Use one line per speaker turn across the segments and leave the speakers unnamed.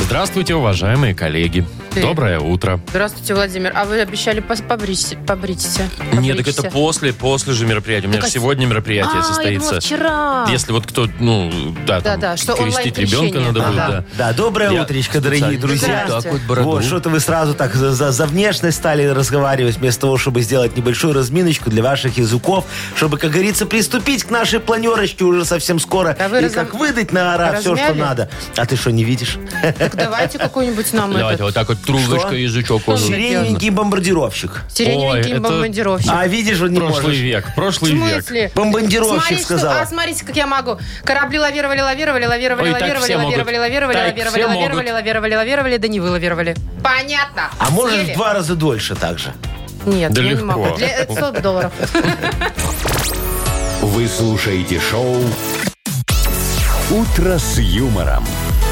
Здравствуйте, уважаемые коллеги.
Ты.
Доброе утро.
Здравствуйте, Владимир. А вы обещали пос- побрись- побриться.
Нет, так это после, после же мероприятия. У меня же
Так, а с-
сегодня мероприятие
А, я
состоится.
думала, вчера.
Если вот кто, ну, да, там,
Да-да, что
крестить ребенка
онлайн-крещение.
надо будет,
Да.
да.
Да, доброе
Я
утречко,
специально
дорогие друзья.
Здравствуйте.
так вот бороду.
Вот, что-то вы сразу так за, за- за внешность стали разговаривать, вместо того, чтобы сделать небольшую разминочку для ваших языков, чтобы, как говорится, приступить к нашей планерочке уже совсем скоро.
Да вы
и
разом-
как выдать на ора все, что
размяли?
надо. А ты что, не видишь?
Так давайте какую-нибудь нам
Давайте
этот
вот так вот трубочка,
Что?
язычок. вот.
Сирененький бомбардировщик.
Ой,
сиреневенький
это-
бомбардировщик.
А видишь, вот не
Прошлый
можешь.
век, прошлый
В
век.
смысле?
Бомбардировщик
Смотрите, что-
сказала.
А, смотрите, как я могу. Корабли лавировали, лавировали, лавировали,
Ой, так
лавировали,
все могут.
лавировали, лавировали,
Так
лавировали,
все
лавировали,
могут.
лавировали, лавировали, да не вылавировали. Понятно.
А можешь
Съели?
в два раза дольше также.
Нет,
Да
я не
легко.
могу. Для 100 долларов.
Вы слушаете шоу «Утро с юмором»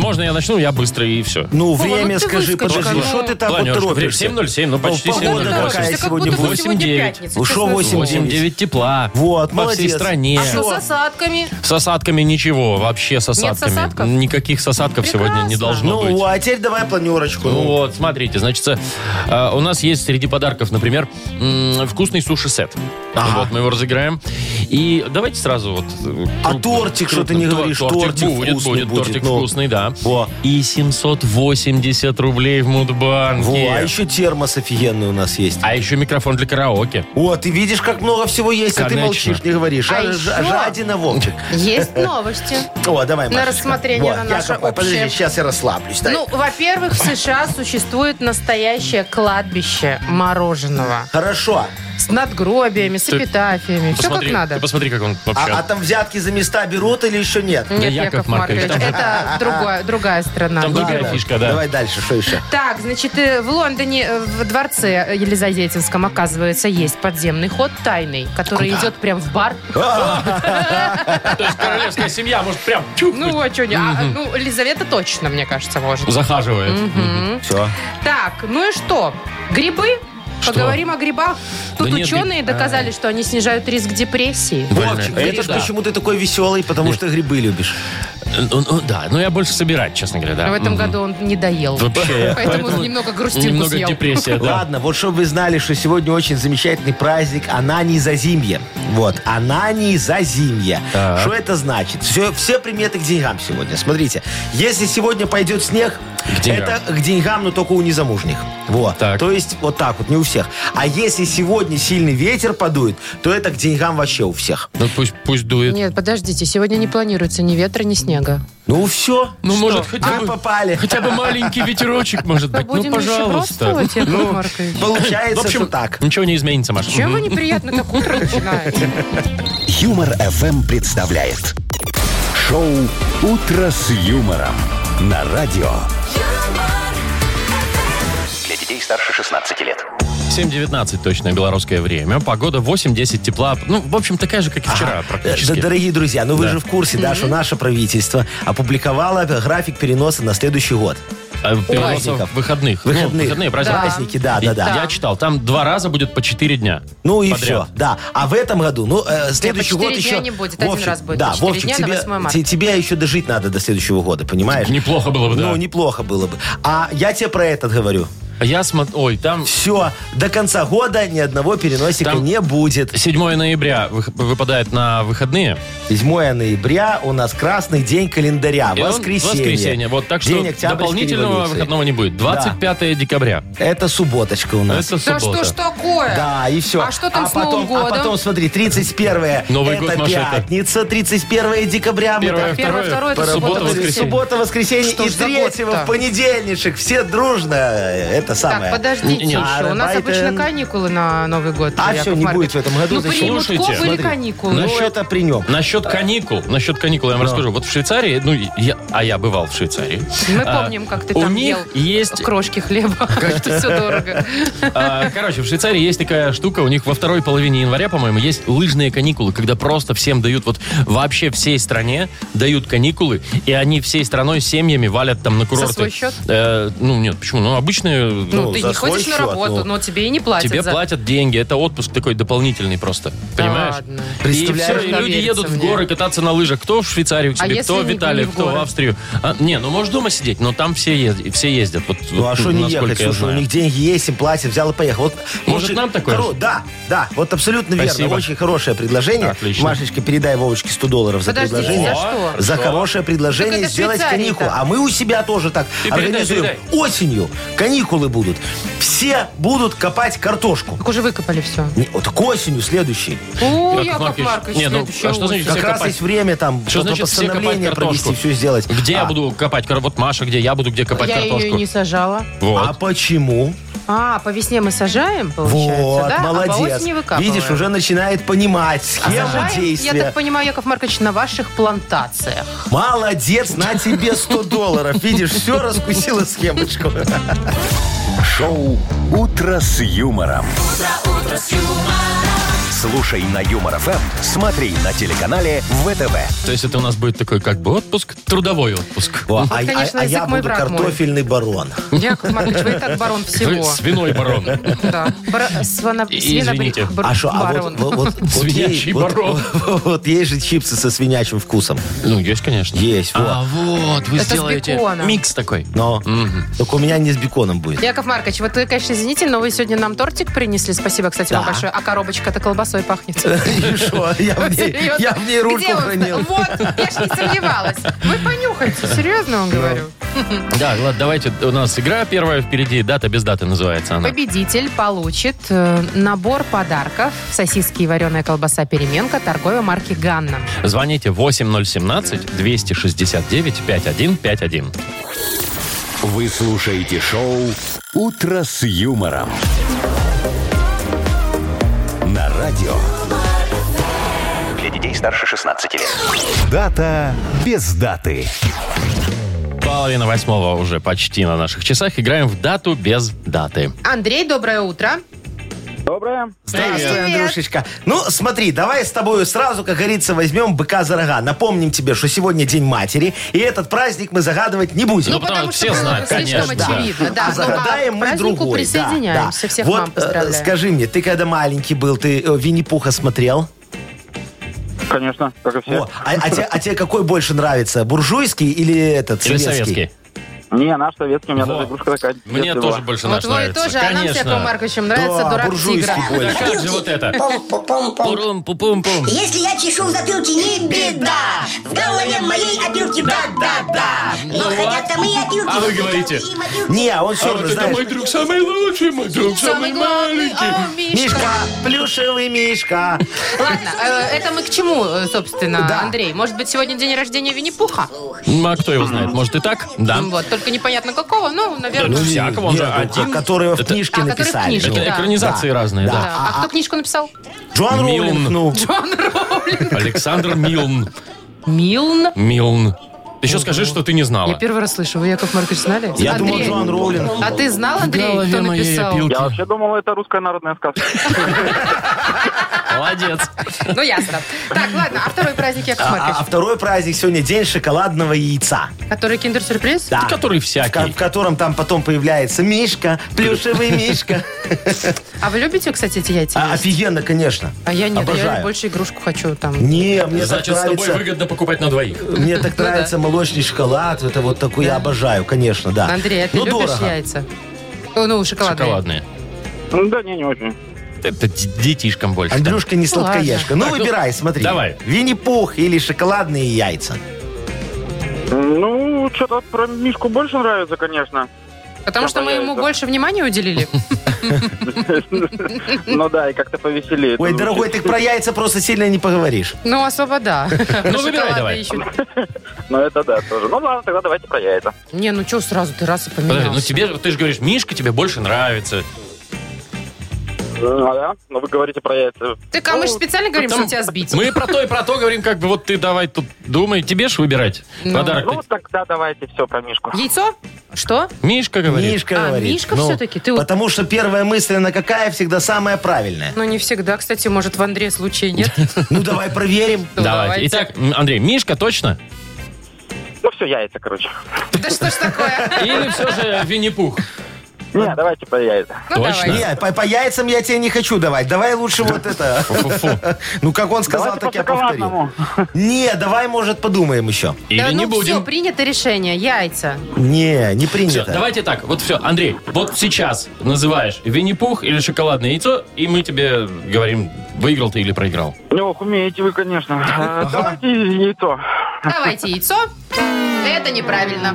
Можно я начну? Я быстро и все.
Ну,
Вова,
время
ну ты
скажи,
выскочка,
подожди,
ну.
что ты так вот
Планерочка, время
торопишься?
7:07, ну, почти
погода
7:08.
Да
такая
как
сегодня
будто бы
будет.
сегодня
8-9.
пятница.
Ну что
честное
8-9?
слово.
8-9 тепла.
Вот,
По
молодец.
всей стране.
А что с
Всё.
осадками?
С осадками ничего, вообще с осадками.
осадков?
Никаких с осадков сегодня не
Прекрасно.
должно быть.
Ну, а теперь давай планерочку.
Ну
ну.
Вот, смотрите, значит, э, у нас есть среди подарков, например, м, вкусный суши-сет.
Ага.
Вот, мы его разыграем. И давайте сразу вот... э,
А
крупно-
тортик, что ты
крупно.
не
Тор-
говоришь,
Тортик
тортик
будет,
вкусный
будет,
будет,
тортик
ну.
вкусный, да.
Во.
И 780 рублей в
Во,
Мудбанке.
а еще термос офигенный у нас есть.
А еще микрофон для караоке.
О, ты видишь, как много всего есть, а ты
Конечно.
молчишь, не говоришь.
А
А,
еще-
ж- Жадина, Вовчик.
Есть новости.
О, давай,
На
Машечка.
рассмотрение
Во,
на
Яков
наше
Маркович, Подожди,
общее.
сейчас я расслаблюсь. дай.
Ну, во-первых, в США существует настоящее кладбище мороженого.
Хорошо.
С надгробиями, с эпитафиями. Все как
Посмотри,
надо.
Ты посмотри, как он вообще...
А, а там взятки за места берут или еще нет?
Да
Нет,
Яков
Яков Маркович,
Маркович, там же-
это другая, другая страна.
Там
Не
другая
беру.
фишка, да.
Давай дальше, что еще?
Так, значит, э, в Лондоне, э, в дворце э, Елизаветинском, оказывается, есть подземный ход тайный, который идет прям в бар.
То есть королевская семья может прям чух,
Ну, а что, не- а, а, ну, Елизавета точно, мне кажется, может.
захаживает.
Все.
Так, ну и что? Грибы?
Что?
Поговорим о грибах. Тут
Да нет а.
ученые доказали, что они снижают риск депрессии.
Больно.
Вовчик,
Это
видишь,
да.
почему ты такой веселый? Потому что грибы любишь.
Э, ну, ну, Да, но я больше собирать, честно говоря, да.
А В этом
Мгм.
году он не доел.
Вообще, я-
Поэтому немного грустинку
Немного
съел.
депрессия, да.
Ладно, вот чтобы вы знали, что сегодня очень замечательный праздник Анании Зазимье. Вот, Анании Зазимье.
Так.
Что это значит? Все, все приметы к деньгам сегодня. Смотрите, если сегодня пойдет снег,
К деньгам.
это к деньгам, но только у незамужних. Вот.
Так.
То есть вот так вот, не у всех. А если сегодня сильный ветер подует, то это к деньгам вообще у всех.
Ну пусть, пусть дует.
Нет, подождите, сегодня не планируется ни ветра, ни снега.
Ну все.
Ну, может, хотя
Вы
бы-
попали.
Хотя бы маленький ветерочек, может быть. Ну,
Будем
пожалуйста. Ну,
нищебродствовать, Яков Маркович?
Получается, что так.
ничего не изменится, Маша.
Чем вы неприятно так утро начинаете?
Юмор FM представляет шоу Утро с юмором на радио. Для детей старше 16 лет.
7.19 точное белорусское время. Погода 8-10 тепла. Ну, в общем, такая же, как и вчера
Да,
практически.
дорогие друзья, ну вы
Да.
же в курсе, да, что наше правительство опубликовало график переноса на следующий год.
А, Переносов
праздников.
выходных. Ну,
Выходных.
выходные праздники.
Праздники, да,
И
да, да.
Я читал, там два раза будет по 4 дня.
Ну и
Подряд.
все, да. А в этом году, ну, э, следующий
четыре
год
дня
еще...
не будет, один раз будет.
Да,
Четыре
Вовчик,
дня на
тебе,
8 марта.
те- тебе еще дожить надо до следующего года, понимаешь?
Неплохо было бы, да.
Ну, неплохо было бы. А я тебе про этот говорю.
Я смотрю... Ой, там
Все, до конца года ни одного переносика
Там-
не будет.
7 ноября вых- выпадает на выходные.
7 ноября у нас красный день календаря.
И он-
воскресенье.
Воскресенье. Вот так что
День Октябрьской
дополнительного
революции.
выходного не будет. 25 декабря. Ну,
Это субботочка у нас.
Это
Да
суббота.
Ну, а что ж такое?
Да, и все.
А что там с Новым
потом, А
годом?
потом, смотри, 31
Новый
это
год, Маша, это-
пятница, 31 декабря. мы
Первое,
так-
Первое, второе, это
суббота,
суббота,
воскресенье.
Суббота, воскресенье
Что
и
ж за
третьего
год-то?
в понедельничек. Все дружно. э, Это это самое.
Так, подождите
Нет.
еще. У нас
Arbeiten.
обычно каникулы на Новый год.
А
Яков
всё, не
Маркович.
будет в этом году,
Ну,
зачем?
при Мутко
Слушайте,
были
смотри.
каникулы.
Ну, это при нем.
Насчет каникул, насчет каникул я вам расскажу. Вот в Швейцарии, ну, я, а я бывал в Швейцарии.
Мы
А,
помним, как ты
у
там
них
ел
есть-
крошки хлеба, что все дорого.
А, Короче, в Швейцарии есть такая штука, у них во второй половине января, по-моему, есть лыжные каникулы, когда просто всем дают, вот вообще всей стране дают каникулы, и они всей страной семьями валят там на курорты.
свой счет?
Э, ну, нет, почему? Ну, обычные...
Ну,
Ну,
ты
за
не
свой
ходишь на
счет,
работу,
ну.
но тебе и не платят.
Тебе
за-
платят деньги, это отпуск такой дополнительный просто,
Да
понимаешь?
ладно.
Представляешь,
и
как
все, люди
верится
едут в
мне.
горы кататься на лыжах. Кто в Швейцарию к
А
себе,
если
кто в
не-
Италию,
не в
кто в
горы?
Австрию. А, не, ну можешь дома сидеть, но там все, ез- все ездят. Вот,
Ну а
вот,
что не
насколько
ехать?
я
Слушай,
знаю.
у них деньги есть, им платят, взял и поехал. Вот,
Может, нам такое же?
Да, да, вот абсолютно
Спасибо.
верно. Очень хорошее предложение.
Отлично.
Машечка, передай Вовочке 100 долларов за
Подождите,
предложение.
за что?
За хорошее
Так
предложение
это
сделать
Швейцария-то.
каникулы. А мы у себя тоже так
Ты передай,
организуем.
передай.
Осенью каникулы будут. Все будут копать картошку.
Так уже выкопали все.
Не, Вот к осенью следующий.
О,
Яков
Яков
Маркович,
Маркович,
не, ну,
следующая
а что значит
очередь.
Как раз
копать.
есть время там
Что значит все копать
постановление
картошку?
провести, все сделать.
Где я
А,
буду копать кар- Вот Маша, где я буду где копать
Я
картошку?
ее и не сажала.
Вот.
А почему?
А, по весне мы сажаем, получается,
Вот,
да? А по
молодец.
осени выкапываем.
Видишь, уже начинает понимать схему
Сажаем,
действия.
я так понимаю, Яков Маркович, на ваших плантациях.
Молодец, на тебе 100 долларов. Видишь, все раскусила схемочку.
Шоу «Утро с юмором». Слушай на Юмор ФМ, смотри на телеканале ВТВ.
То есть это у нас будет такой как бы отпуск, трудовой отпуск.
Во,
Вот,
а,
Ну, конечно,
а- а
язык
я
мой
буду
враг мой.
картофельный барон.
Яков Маркович, вы и так барон
Вы
всего.
свиной барон.
Да. Бра- свано-
И-
свинобри-
извините.
бр-
А что, а вот,
барон.
вот, вот- вот
Свинячий
ей- вот-
барон.
Вот, есть же чипсы со свинячим вкусом.
Ну, есть, конечно.
Есть, вот.
А вот, вы
Это с
сделаете
беконом.
микс такой.
Но только у меня не с беконом будет.
Яков Маркович, вот вы, конечно, извините, но вы сегодня нам тортик принесли. Спасибо, кстати, вам
Да.
большое. А коробочка-то колбасой пахнет.
И шо, Я в ней-
Серьезно?
я в ней рульку
Где он?
хранил.
Вот, я ж не сомневалась. Вы понюхайте, серьезно
Ну,
вам говорю.
Да, ладно, давайте, у нас игра первая впереди, дата без даты называется она.
Победитель получит э, набор подарков. Сосиски и вареная колбаса «Переменка» торговой марки «Ганна».
Звоните 8017-269-5151.
Вы слушаете шоу «Утро с юмором». На радио. Для детей старше 16 лет. Дата без даты.
Половина восьмого уже почти на наших часах. Играем в дату без даты.
Андрей, доброе утро.
Доброе.
Здравствуй,
Привет.
Андрюшечка. Ну, смотри, давай с тобой сразу, как говорится, возьмем быка за рога. Напомним тебе, что сегодня День матери, и этот праздник мы загадывать не будем.
Ну, потому что все
было
знают,
слишком
конечно, да.
очевидно. Да.
А
Ну,
загадаем
а к
мы
празднику
другой.
присоединяемся.
Да, да.
Всех
вот,
мам
э,
поздравляю.
Скажи мне, ты когда маленький был, ты э, Винни-Пуха смотрел?
Конечно, как и все.
О, а, а те- а тебе какой больше нравится, буржуйский или этот,
Или
советский?
советский?
Не, наш советский, у меня
Во.
даже игрушка такая.
Мне
детская
тоже
была.
больше
вот
наш
вы
нравится.
тоже, а нам с Яковом
Конечно. А
Марковичем нравится
Да,
«Дурак
буржуйский
тигра».
больше.
Как же вот это? Пурум-пу-пум-пум.
Если я чешу в затылке, не беда. В голове моей опилки, да-да-да. Но хотят там и опилки.
Ну А вы говорите,
Им опилки.
Не, он все
А вот
равно,
это
знаешь...
мой друг самый лучший, мой друг самый
Самый главный,
маленький.
о, Мишка.
Мишка, плюшевый Мишка.
Ладно, э, это мы к чему, э, собственно,
Да.
Андрей? Может быть, сегодня день рождения Винни-Пуха?
Ну, а кто его знает? Может и так? Да.
Вот, только непонятно какого, но,
А? Ну,
наверное...
всякого, он же
Нет,
один.
Которого а в
Это-
книжке
А, который в
написали.
книжке,
Это
Да.
экранизации
Да.
разные,
Да.
да.
Да. А, кто книжку написал?
Джоан
Милн.
Роулинг, ну.
Джон Роулинг.
Александр Милн.
Милн.
Милн. Ты еще скажи, что ты не
Я
знала.
первый раз слышу. Вы, Яков Маркович, знали?
А. Я
Андрей,
думал, Джоан Роулинг.
А ты знал, Андрей, кто написал?
Я вообще думал, это русская народная сказка.
Молодец.
Ну, ясно. Так, ладно, а второй праздник, Яков
А, а
Маркович?
второй праздник сегодня день шоколадного яйца.
Который киндер-сюрприз?
Да.
Который
В, ко-
всякий.
в котором там потом появляется Мишка, плюшевый Мишка.
А вы любите, кстати, эти яйца?
А, Офигенно, конечно.
А я нет, я
Обожаю.
больше игрушку хочу там.
Не, мне
Значит, с
так
тобой
нравится.
выгодно покупать на двоих.
Мне
Ну
так нравится молочный шоколад. Это вот такой я обожаю, конечно, да.
Андрей, а ты
Ну,
любишь
дорого.
яйца? О, Ну, шоколадные.
Шоколадные.
Ну Да не, не очень.
Это д- детишкам больше.
Андрюшка не сладкоежка. Ну, выбирай, смотри.
давай.
Винни-Пух или шоколадные яйца.
Ну, что-то про Мишку больше нравится, конечно.
Потому
Я
что мы
боюсь,
ему
да.
больше внимания уделили.
Ну да, и как-то повеселее.
Ну,
Ой, дорогой, ты про яйца просто сильно не поговоришь.
Ну, особо да.
Ну, выбирай
Шоколада
давай.
ещё-
Ну это да, тоже. Ну ладно, тогда давайте про яйца.
Не, ну что сразу, ты раз и
Подожди, ну
поменялся.
тебе, же- ты же говоришь, Мишка тебе больше нравится.
Ну да, но вы говорите про яйца.
ну,
Так, а мы же специально говорим,
Там-
что тебя сбить.
Мы и про то и про то говорим, как бы вот ты давай тут думай, тебе ж выбирать
Ну.
подарок.
Ну тогда давайте все про Мишку.
Яйцо? Что?
Мишка говорит.
Мишка
А,
говорит. Ну,
Мишка всё-таки, ты вот-
Потому что первая мысль, она какая, всегда самая правильная.
Ну, не всегда, кстати, может, в Андре случае нет. Ну,
Ну, давай проверим.
Давайте. Итак, м, Андрей, Мишка точно?
Ну все, яйца, короче.
Да что ж такое?
Или все же Винни-Пух?
Не, давайте про яйца.
Ну,
Точно.
давай.
Нет, по, по яйцам я тебе не хочу давать. Давай лучше вот это.
Фу-фу.
Ну, как он сказал,
Давайте
так я
по
повторил.
шоколадному.
Не, давай, может, подумаем еще.
Или
да
не
ну все,
будем?
принято решение, яйца.
Не, не
Всё,
принято.
давайте так, вот все, Андрей, вот сейчас называешь Винни-Пух или шоколадное яйцо, и мы тебе говорим, выиграл ты или проиграл.
Ну, ох, умеете вы, конечно. Э, Давайте яйцо.
Давайте яйцо. Это неправильно.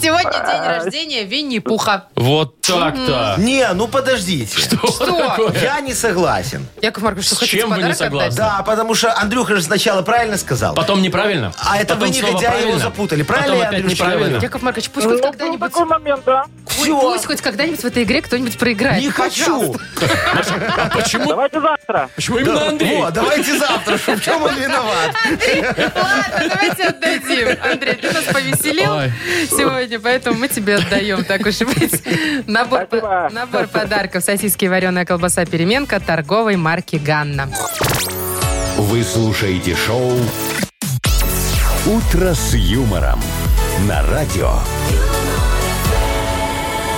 Сегодня день рождения Винни-Пуха.
Вот так-то.
Не, ну подождите.
Что?
Я не согласен.
Яков Маркович, что
С
хотите
чем вы не
подарок
согласны?
отдать?
Да, потому что Андрюха же сначала правильно сказал.
Потом неправильно.
А это вы,
Потом снова
негодяи, его
правильно.
запутали. Правильно
Потом
я,
опять
Андрюша,
неправильно.
говорю?
Яков Маркович,
Ну,
пусть хоть
был
когда-нибудь...
такой момент, да.
Ой, Пусть хоть когда-нибудь в этой игре кто-нибудь проиграет.
Не хочу.
Пожалуйста.
А почему,
Давайте завтра.
почему именно Андрей?
О, давайте завтра, что в чем он виноват.
Ладно, давайте отдадим. Андрей, ты нас повеселил
Ой.
сегодня, поэтому мы тебе отдаем, так уж и быть. Набор, по-
Спасибо.
набор подарков. Сосиски и вареная колбаса «Переменка» торговой марки «Ганна».
Вы слушаете шоу «Утро с юмором» на радио.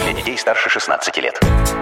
Для детей старше 16 лет.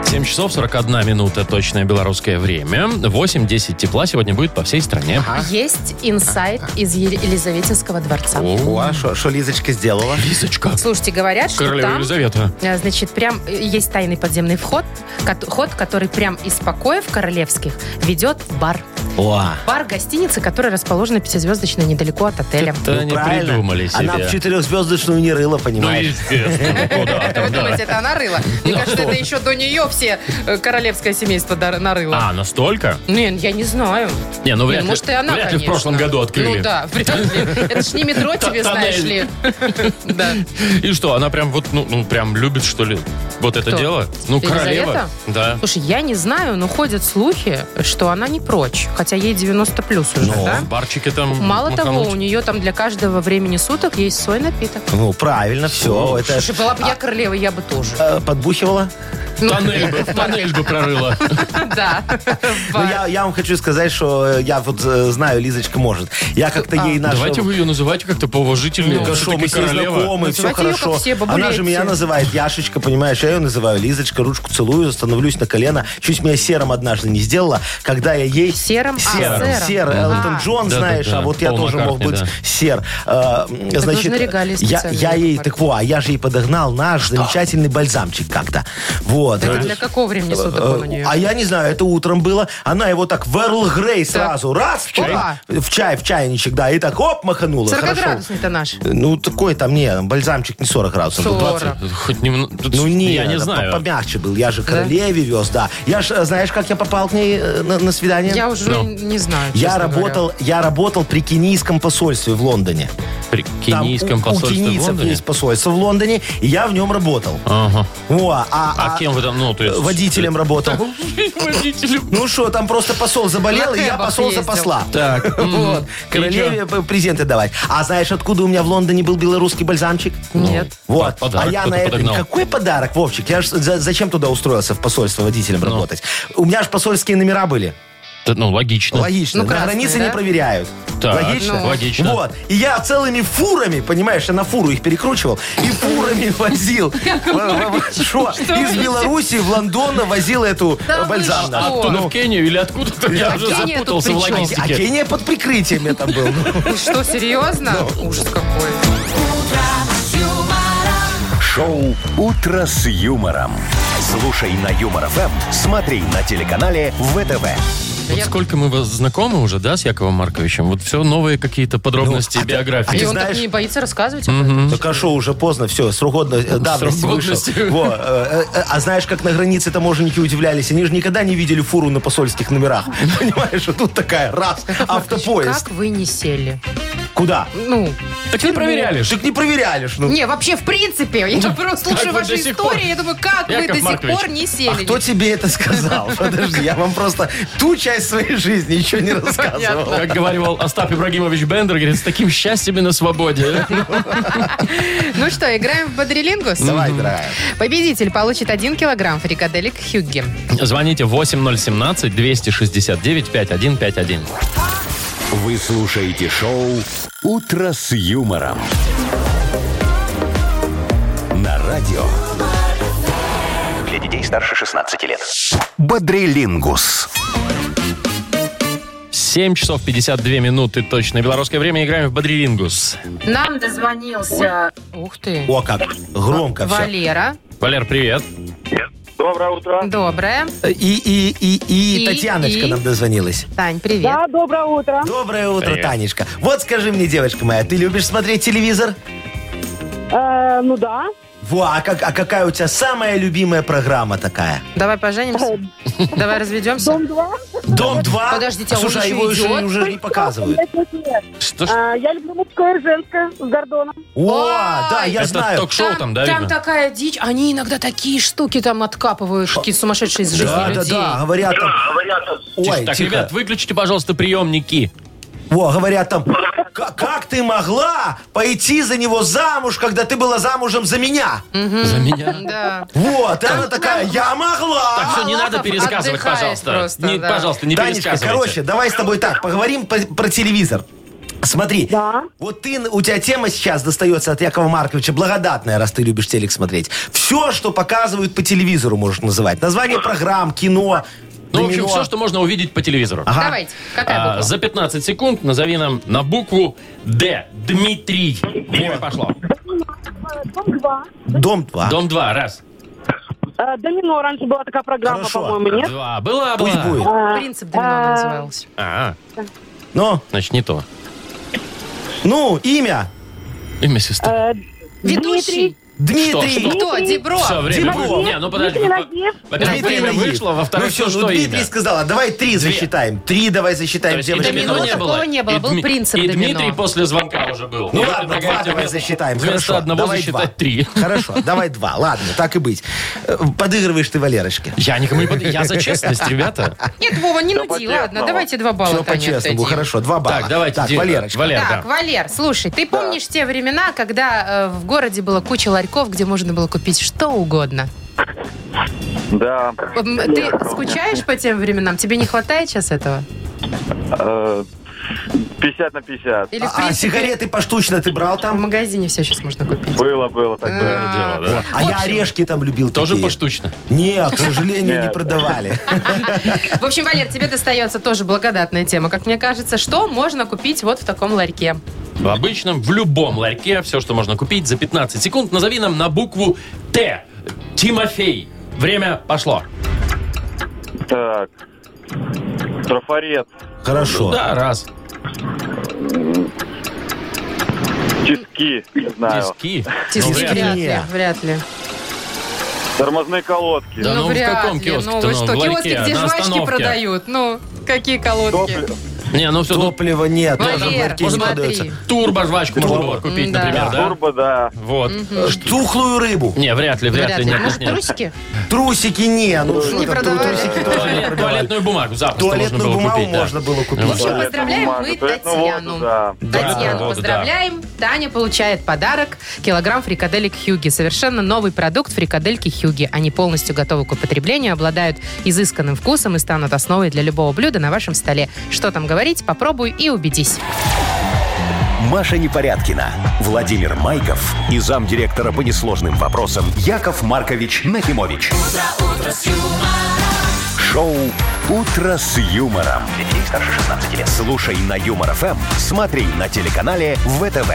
7 часов 41 минута, точное белорусское время. 8-10 тепла сегодня будет по всей стране.
Есть инсайт из Е- Елизаветинского дворца.
О, а что, что Лизочка сделала?
Лизочка,
Слушайте, говорят, что
королева
там...
Елизавета.
э, Значит, прям э, есть тайный подземный вход, кот- ход, который прям из покоев королевских ведет в бар.
О,
Бар гостиницы, которая расположена пятизвездочной недалеко от отеля.
Да не
Ну, правильно.
придумали себе.
Она в четырехзвездочную не рыла,
Ну,
понимаешь?
естественно, ну, куда
Это вы
там, да.
думаете, это она рыла? Мне кажется, это еще до нее все э, королевское семейство дар- нарыло.
А, настолько?
Не, я не знаю.
Не, ну вряд
Не,
ли.
Может, и она,
вряд ли в
конечно.
прошлом году открыли.
Ну да, вряд ли. Это ж не метро тебе, знаешь ли.
Тоннель.
Да.
И что, она прям вот, ну, ну, прям любит, что ли, вот это
Кто?
дело? Ну,
Елизавета?
королева. Да.
Слушай, я не знаю, но ходят слухи, что она не прочь. Хотя ей 90 плюс уже,
Ну,
да?
в барчике там.
Мало того,
махануть.
у нее там для каждого времени суток есть свой напиток.
Ну, правильно, все. Это
Слушай, была бы
А-
я королевой, я бы тоже.
э, подбухивала.
Тоннель бы, тоннель бы прорыла.
Да.
Ну, я, я вам хочу сказать, что э, я вот э, знаю, Лизочка может. Я как-то ей нашел...
А, Давайте вы ее называйте как-то поуважительнее.
Ну,
Все-таки
хорошо, мы с ней
королева.
знакомы, все
Называйте её, как
хорошо.
все,
Она же
бабулетти.
меня называет Яшечка, понимаешь? а Я ее называю Лизочка, ручку целую, становлюсь на колено. Чуть меня серым однажды не сделала, когда я ей...
Серым? А,
Серым.
серым.
Сер, Элтон
А.
Джон,
Да-да-да,
знаешь, а вот я
Пол
тоже мог
Маккартни,
быть
да.
сер. Э, м,
нужны регалии
я,
специальные,
я ей,
Яков
так во, а я же ей подогнал наш замечательный бальзамчик как-то. Вот.
Это а
Э,
для какого времени суток он у
Э,
нее?
А я не знаю, это утром было. Она его так в Эрл Грей сразу, раз, в чай,
Опа.
в чай, в чайничек, да, и так, оп, маханула. Хорошо.
40-градусный-то наш.
Ну, такой там, не, там бальзамчик не 40 градусов. был
40.
20.
Хоть немного.
Ну, не,
Я не
да,
знаю.
по- помягче был. Я же королеве вез, да. Я ж, э, знаешь, как я попал к ней э, на, на свидание?
Я уже
Ну.
не знаю.
Я
честно
работал, я работал при кенийском посольстве в Лондоне.
При
Там
кенийском
у-
посольстве
у
в
кенийцев
Лондоне?
есть посольство в Лондоне, и я в нем работал.
Ага.
О, а,
А,
а-
кем вы там, ну, то есть...
водителем работал.
Водителем.
Ну что, там просто посол заболел,
На
и я
кэбах
посол
ездил.
запосла.
Так.
Вот. Королеве п- презенты давать. А знаешь, откуда у меня в Лондоне был белорусский бальзамчик?
говоря. Нет.
Вот.
Подарок
а я
кто-то
на это...
подогнал.
Какой подарок, Вовчик? Я ж за- зачем туда устроился в посольство водителем
Ну.
работать? У меня же посольские номера были.
Да, Ну, логично.
Логично.
Ну,
на
красные,
границе
да?
не проверяют.
Так,
Логично?
ну. Логично.
Вот. И я целыми фурами, понимаешь, я на фуру их перекручивал, и фурами возил. Шо? Из Беларуси в Лондон возил эту
Да вы
бальзам.
что?
наш.
Оттуда
Ну,
в Кению или откуда-то? Я
А
уже
Кения тут
запутался в
при чем?
А
логистике.
Кения под прикрытием я там был. Ну,
Ты что, серьезно? Ужас какой.
Шоу «Утро с юмором». Слушай на Юмор ФМ, смотри на телеканале ВТВ.
Вот
я-
сколько мы вас знакомы уже, да, с Яковом Марковичем? Вот все новые какие-то подробности
Ну, а ты-
биографии.
И он
знаешь-
так не боится рассказывать об этом.
Так а шо, уже поздно, все, срок годности, э, давности
Срок
вышел.
годности.
Во, э, э, а знаешь, как на границе таможенники удивлялись? Они же никогда не видели фуру на посольских номерах. Понимаешь, а тут такая, раз, автопоезд.
Как вы не сели?
Куда?
Ну,
Так не проверяли ж.
Так не проверяли ж, ну.
не, вообще, в принципе, я просто
Как
слушаю
вы
ваши
до сих пор?
истории, я думаю, как вы
Яков
до сих
Маркович,
пор не сели?
А кто тебе это сказал? Подожди, я вам просто ту часть своей жизни еще не рассказывал.
Как говорил Остап Ибрагимович Бендер, говорит, с таким счастьем и на свободе.
Ну что, играем в бодрилингус?
Давай, дорогая.
Победитель получит 1 килограмм фрикаделек Хюгге.
Звоните 8017-269-5151.
Вы слушаете шоу «Утро с юмором». На радио
Для детей старше 16 лет.
«Бодрилингус».
7 часов 52 минуты точно. Белорусское время. Играем в Бодрилингус.
Нам дозвонился
Ух ты.
О, как громко все.
Валера,
Валер, привет.
Доброе утро.
доброе.
И, и, и,
И-
и Татьяночка
и?
нам дозвонилась.
Тань, привет.
Да, доброе утро.
Доброе утро,
Привет.
Танечка. Вот скажи мне, девочка моя, ты любишь смотреть телевизор?
Э, ну да.
Во, а, как, а какая у тебя самая любимая программа такая?
Давай поженимся. Давай разведемся.
Дом 2.
Дом 2?
Подождите, а он
Слушай,
еще
его
идет?
уже, уже не показывают.
Что ж-
А,
а, я люблю мужское и женское с Гордоном.
О,
Ой,
да, я
это
знаю.
ток-шоу там, да, видно?
такая дичь. Они иногда такие штуки там откапывают, какие-то сумасшедшие из жизни
Да, да,
людей.
да, говорят там...
Тише,
Ой,
так,
тихо.
ребят, выключите, пожалуйста, приемники.
Во, говорят там, «К- как ты могла пойти за него замуж, когда ты была замужем за меня?
За меня.
Да.
Вот, и она такая, я могла.
Так, все, не
Малахов
надо пересказывать,
отдыхает
пожалуйста.
просто,
не,
да.
Пожалуйста, не
Танечка,
пересказывайте.
короче, давай с тобой так, поговорим по- про телевизор. Смотри,
Да.
вот ты, у тебя тема сейчас достается от Якова Марковича благодатная, раз ты любишь телек смотреть. Все, что показывают по телевизору, можешь называть. Название программ, кино,
ну, в общем,
домино.
все, что можно увидеть по телевизору.
Ага.
Давайте. Какая
А,
буква?
за 15 секунд назови нам на букву Д. Дмитрий. Время пошло.
Дом 2.
Дом 2.
А. Дом 2. Раз.
Домино Э, раньше была такая программа,
Хорошо.
по-моему, нет?
Два. Была,
Пусть
была.
будет.
Принцип Доминона назывался.
А,
Ну,
значит, не то.
ну, имя.
Имя сестры.
Э,
Ведущий.
Дмитрий.
что?
Кто? Дебро.
Все, время
Дмитрий
вышло.
Нагиев.
Не, ну подожди.
Дмитрий
во-
Нагиев.
Во-первых,
Дмитрий
время
Нагиев.
вышло, во-вторых,
ну, все,
что
ну, Дмитрий
имя.
сказала, давай три засчитаем. Три давай засчитаем,
То есть и
девочки.
домино
Домино
не
такого
было.
не было,
и
был
Дми-
принцип
И
домино.
Дмитрий после звонка уже был.
Ну
И вы
ладно,
предлагаете
два давай
вместо-
засчитаем.
Вместо
Хорошо,
одного
давай два.
засчитать три.
Хорошо, давай два. Ладно, так и быть. Э, Подыгрываешь ты Валерочке.
Я никому не под- Я за честность, ребята.
Нет, Вова, не нуди. Ладно, давайте два балла.
Все
Тане
по-честному,
отдадим.
хорошо, два балла.
Так, давайте.
Так,
Дина.
Валерочка.
Валер,
Так,
да.
Валер, слушай, ты помнишь те времена, когда э, в городе была куча ларьков, где можно было купить что угодно?
Да.
М, Ты скучаешь по тем временам? Тебе не хватает сейчас этого?
Э, 50 на 50.
Или в
А, а
принципе, Ну,
сигареты поштучно ты брал
в
там?
магазине все сейчас можно купить?
Было, было такое.
Э.
Дело, да.
А я орешки там любил
Тоже
такие.
поштучно.
Нет, к сожалению, не
Нет.
продавали.
В общем, Валер, тебе достается тоже благодатная тема, как мне кажется. Что можно купить вот в таком ларьке?
В обычном, в любом ларьке, все, что можно купить за 15 секунд, назови нам на букву Т. Тимофей. Время пошло.
Так. Трафарет.
Хорошо.
Ну Да, раз.
Тиски. Не знаю.
Тиски.
Тиски
Ну, вряд ли.
вряд ли,
Не.
вряд ли
Тормозные колодки.
Да ну, в
вряд
каком
ли.
киоске-то?
Ну, вы
Ну,
что,
в ларьке,
киоски, где
на
жвачки
остановке.
продают? Ну, какие колодки?
Топливо.
Не, ну все,
Топлива нет. тоже в
Валер,
ларьке не продается.
смотри.
турбо жвачку можно
Турбо.
было купить,
М-да.
например, да?
Турбо, да.
Вот.
Э, Тухлую рыбу.
Не, вряд ли, вряд,
Вряд
ли.
ли.
Нет,
Может,
нет, нет.
трусики?
Трусики не. Ну что там,
продавали.
трусики тоже не
Туалет-
продавали.
Туалетную бумагу запросто можно
Туалетную
было
бумагу
купить, да.
можно было
В
купить.
общем,
да.
поздравляем
Бумага,
мы
туалетную
Татьяну.
воду, да.
Татьяну
Ну, Да,
поздравляем. Таня получает подарок. Килограмм фрикаделек Хьюги. Совершенно новый продукт фрикадельки Хьюги. Они полностью готовы к употреблению, обладают изысканным вкусом и станут основой для любого блюда на вашем столе. Что там говорить, попробуй и убедись.
Маша Непорядкина, Владимир Майков и замдиректора по несложным вопросам Яков Маркович Нахимович. Шоу Утро с юмором.
Для детей старше 16 лет.
Слушай на юмор ФМ, смотри на телеканале ВТВ.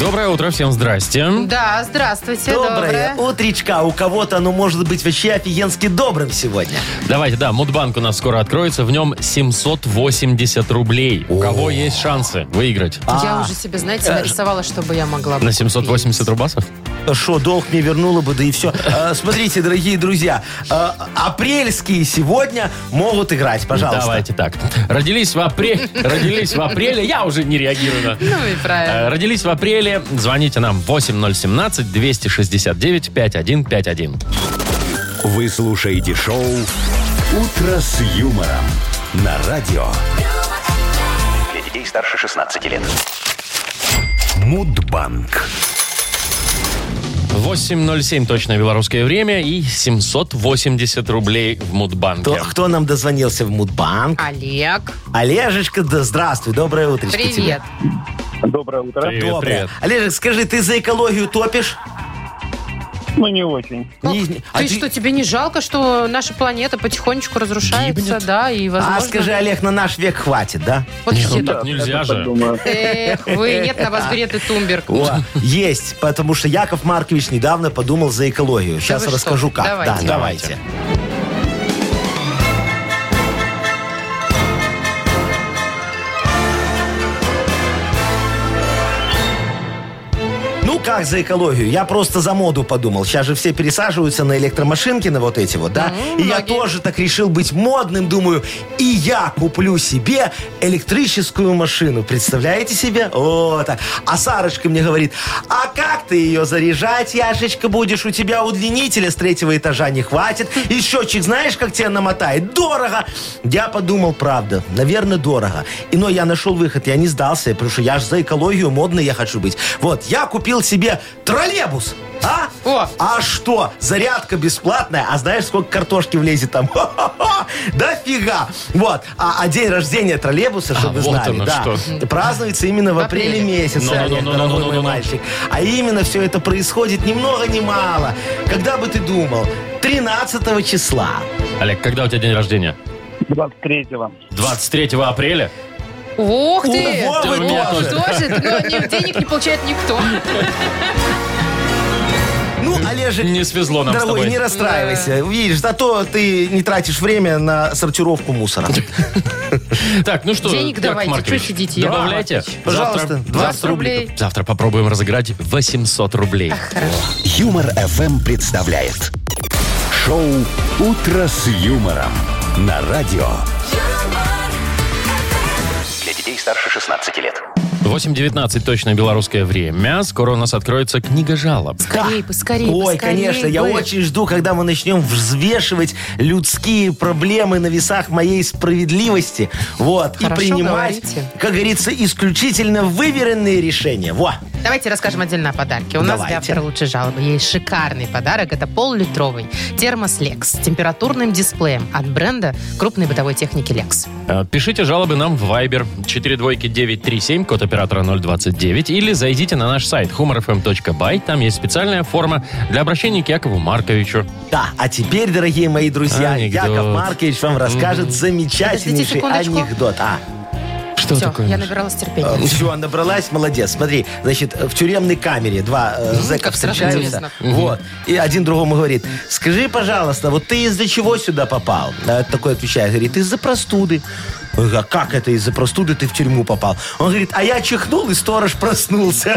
Доброе утро, всем здрасте.
Да, здравствуйте,
Доброе
доброе.
утречка. У кого-то оно может быть вообще офигенски добрым сегодня.
Давайте, да, Мудбанк у нас скоро откроется, в нем 780 рублей. У кого есть шансы выиграть?
Я уже себе, знаете, нарисовала, чтобы я могла бы
А. На
купить.
780 рубасов?
Что, долг мне вернула бы, да и все. Э, Смотрите, дорогие друзья, э, апрельские сегодня могут играть, пожалуйста.
Давайте так. Родились в апреле. Родились в апреле. Я уже не реагирую на...
Ну и
Э,
правильно.
Родились в апреле. Звоните нам 8017-269-5151.
Вы слушаете шоу «Утро с юмором» на радио
Для детей старше 16 лет.
Мудбанк.
8.07 точное белорусское время и 780 рублей в
Кто,
Мудбанке.
кто нам дозвонился в Мудбанк?
Олег,
Олежечка, да здравствуй, доброе утречко тебе.
привет.
Доброе утро.
Привет,
Доброе.
привет.
Олежек, скажи, ты за экологию топишь?
Ну, не очень.
Как?
Не-
ты
а ты-
что, типа, тебе не жалко, что наша планета потихонечку разрушается, да, и возможно...
А скажи, Олег, на наш век хватит, да?
Вот
Не, ну
все
так
тут.
нельзя
Я так
же.
думаю.
Эх, вы, нет на вас Греты Тумберг.
О, есть, потому что Яков Маркович недавно подумал за экологию. Сейчас
вы что?
расскажу как.
Давайте.
Да, давайте. Ну как за экологию? Я просто за моду подумал. Сейчас же все пересаживаются на электромашинки, на вот эти вот, да? и я тоже так решил быть модным, думаю. И я куплю себе электрическую машину. Представляете себе? О, так. А Сарочка мне говорит, а как ты ее заряжать, Яшечка, будешь? У тебя удлинителя с третьего этажа не хватит. И счетчик знаешь, как тебя намотает? Дорого! Я подумал, правда, наверное, дорого. И, но я нашел выход, я не сдался, потому что я же за экологию модный я хочу быть. Вот, я купил себе троллейбус. А?
О!
А что? Зарядка бесплатная, а знаешь, сколько картошки влезет там? Хо-хо-хо! Дофига! Вот. А, а день рождения троллейбуса, чтобы вы
вот
знали,
оно
да,
что.
празднуется именно в апреле
апреле.
месяце,
Ну-ну-ну-ну-ну-ну-ну.
Олег,
ну,
дорогой мой мальчик. А именно все это происходит ни много ни мало. Когда бы ты думал? 13 числа.
Олег, когда у тебя день рождения?
23-го.
23 апреля?
Ух
У
ты!
Вовы
у меня
тоже.
Что же, ну, ни- денег не получает никто.
Ну, Олежек,
Не свезло нам с
дорогой,
тобой.
не расстраивайся. Видишь, зато ты не тратишь время на сортировку мусора.
Так, ну что,
Денег
Яков
давайте,
Маркович,
чё сидите, Яков
Добавляйте.
Маркович?
Пожалуйста,
Завтра-
20
завтра-
рублей.
Завтра попробуем разыграть 800 рублей.
Юмор FM представляет шоу Утро с юмором на радио.
Для детей старше 16 лет.
8.19 точное белорусское время. Скоро у нас откроется книга жалоб.
Скорей бы, скорей бы,
Ой,
скорей
конечно, я
бы.
очень жду, когда мы начнем взвешивать людские проблемы на весах моей справедливости. Вот,
Хорошо
и принимать,
говорите.
как говорится, исключительно выверенные решения. Во.
Давайте расскажем отдельно о подарке. У нас для
Давайте.
автора лучшей жалобы есть шикарный подарок. Это пол-литровый термос Lex с температурным дисплеем от бренда крупной бытовой техники Lex.
Э, Пишите жалобы нам в Viber 42937, код оператора 029, или зайдите на наш сайт humorfm.by. Там есть специальная форма для обращения к Якову Марковичу.
Да, а теперь, дорогие мои друзья,
Анекдот.
Яков Маркович вам расскажет замечательнейший
Подождите секундочку.
анекдот. А,
Что
Все,
такое?
я набиралась терпения.
э, все, набралась, молодец. Смотри, значит, в тюремной камере два э, зэка
Ну, как страшно
встречаются.
интересно.
Вот. И один другому говорит, скажи, пожалуйста, вот ты из-за чего сюда попал? А Такой отвечает, говорит, из-за простуды. Он говорит, а как это из-за простуды ты в тюрьму попал? Он говорит, а я чихнул, и сторож проснулся.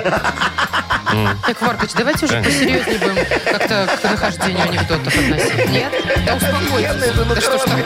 Так, Маркович, давайте уже посерьезнее будем как-то к нахождению анекдотов относиться. Нет? Да успокойтесь. Да что ж так?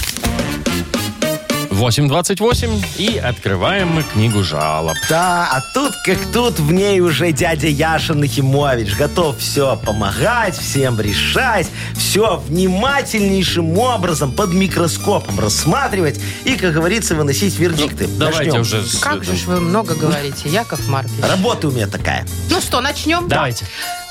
8.28, и открываем мы книгу жалоб.
Да, а тут как тут в ней уже дядя Яша Нахимович готов все помогать, всем решать, все внимательнейшим образом под микроскопом рассматривать и, как говорится, выносить вердикты.
Ну, Давайте
Начнем.
уже. с-
Как же ж вы много говорите, Яков Маркович.
Работа у меня такая.
Ну что, начнем?
Давайте.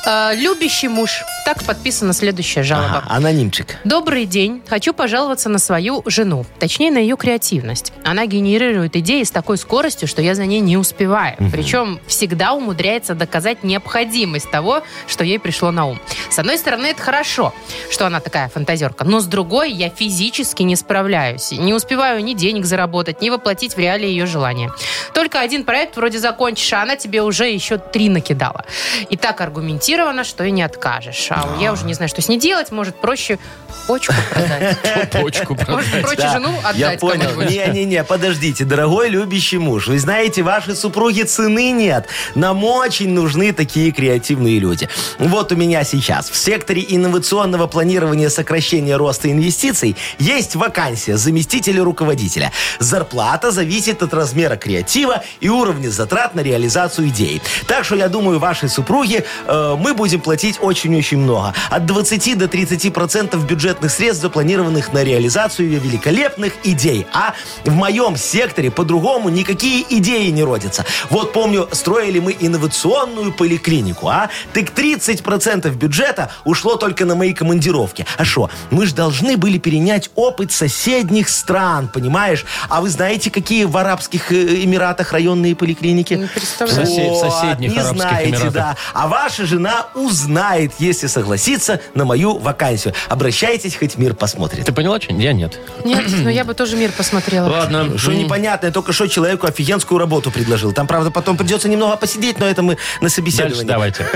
Э, любящий муж. Так подписана следующая жалоба.
Ага, анонимчик.
Добрый день. Хочу пожаловаться на свою жену. Точнее, на ее креативность. Она генерирует идеи с такой скоростью, что я за ней не успеваю. Причем всегда умудряется доказать необходимость того, что ей пришло на ум. С одной стороны, это хорошо, что она такая фантазерка. Но с другой, я физически не справляюсь. Не успеваю ни денег заработать, ни воплотить в реале ее желания. Только один проект вроде закончишь, а она тебе уже еще три накидала. И так аргументировано, что и не откажешь. А я уже не знаю, что с ней делать. Может, проще почку продать.
Почку
Может, проще
Да,
жену
Я
отдать
понял.
кому-нибудь?
Не-не-не, подождите, дорогой любящий муж. Вы знаете, вашей супруге цены нет. Нам очень нужны такие креативные люди. Вот у меня сейчас в секторе инновационного планирования сокращения роста инвестиций есть вакансия заместителя руководителя. Зарплата зависит от размера креатива и уровня затрат на реализацию идей. Так что я думаю, вашей супруге э, мы будем платить очень-очень много. От 20 до 30 процентов бюджетных средств, запланированных на реализацию ее великолепных идей. А в моем секторе по-другому никакие идеи не родятся. Вот помню, строили мы инновационную поликлинику, а? Так 30 процентов бюджета ушло только на мои командировки. А что? Мы же должны были перенять опыт соседних стран, понимаешь? А вы знаете, какие в Арабских э, Эмиратах районные поликлиники?
Не представляю.
В сосе- в
Вот,
соседних
не
Арабских
знаете,
Эмиратах.
да. А ваша жена узнает, если согласится на мою вакансию. Обращайтесь, хоть мир посмотрит.
Ты поняла, что? Я нет.
Нет, но я бы тоже мир посмотрела.
Ладно.
Что непонятно, я только что человеку офигенскую работу предложил. Там, правда, потом придется немного посидеть, но это мы на
Дальше
собеседовании.
давайте.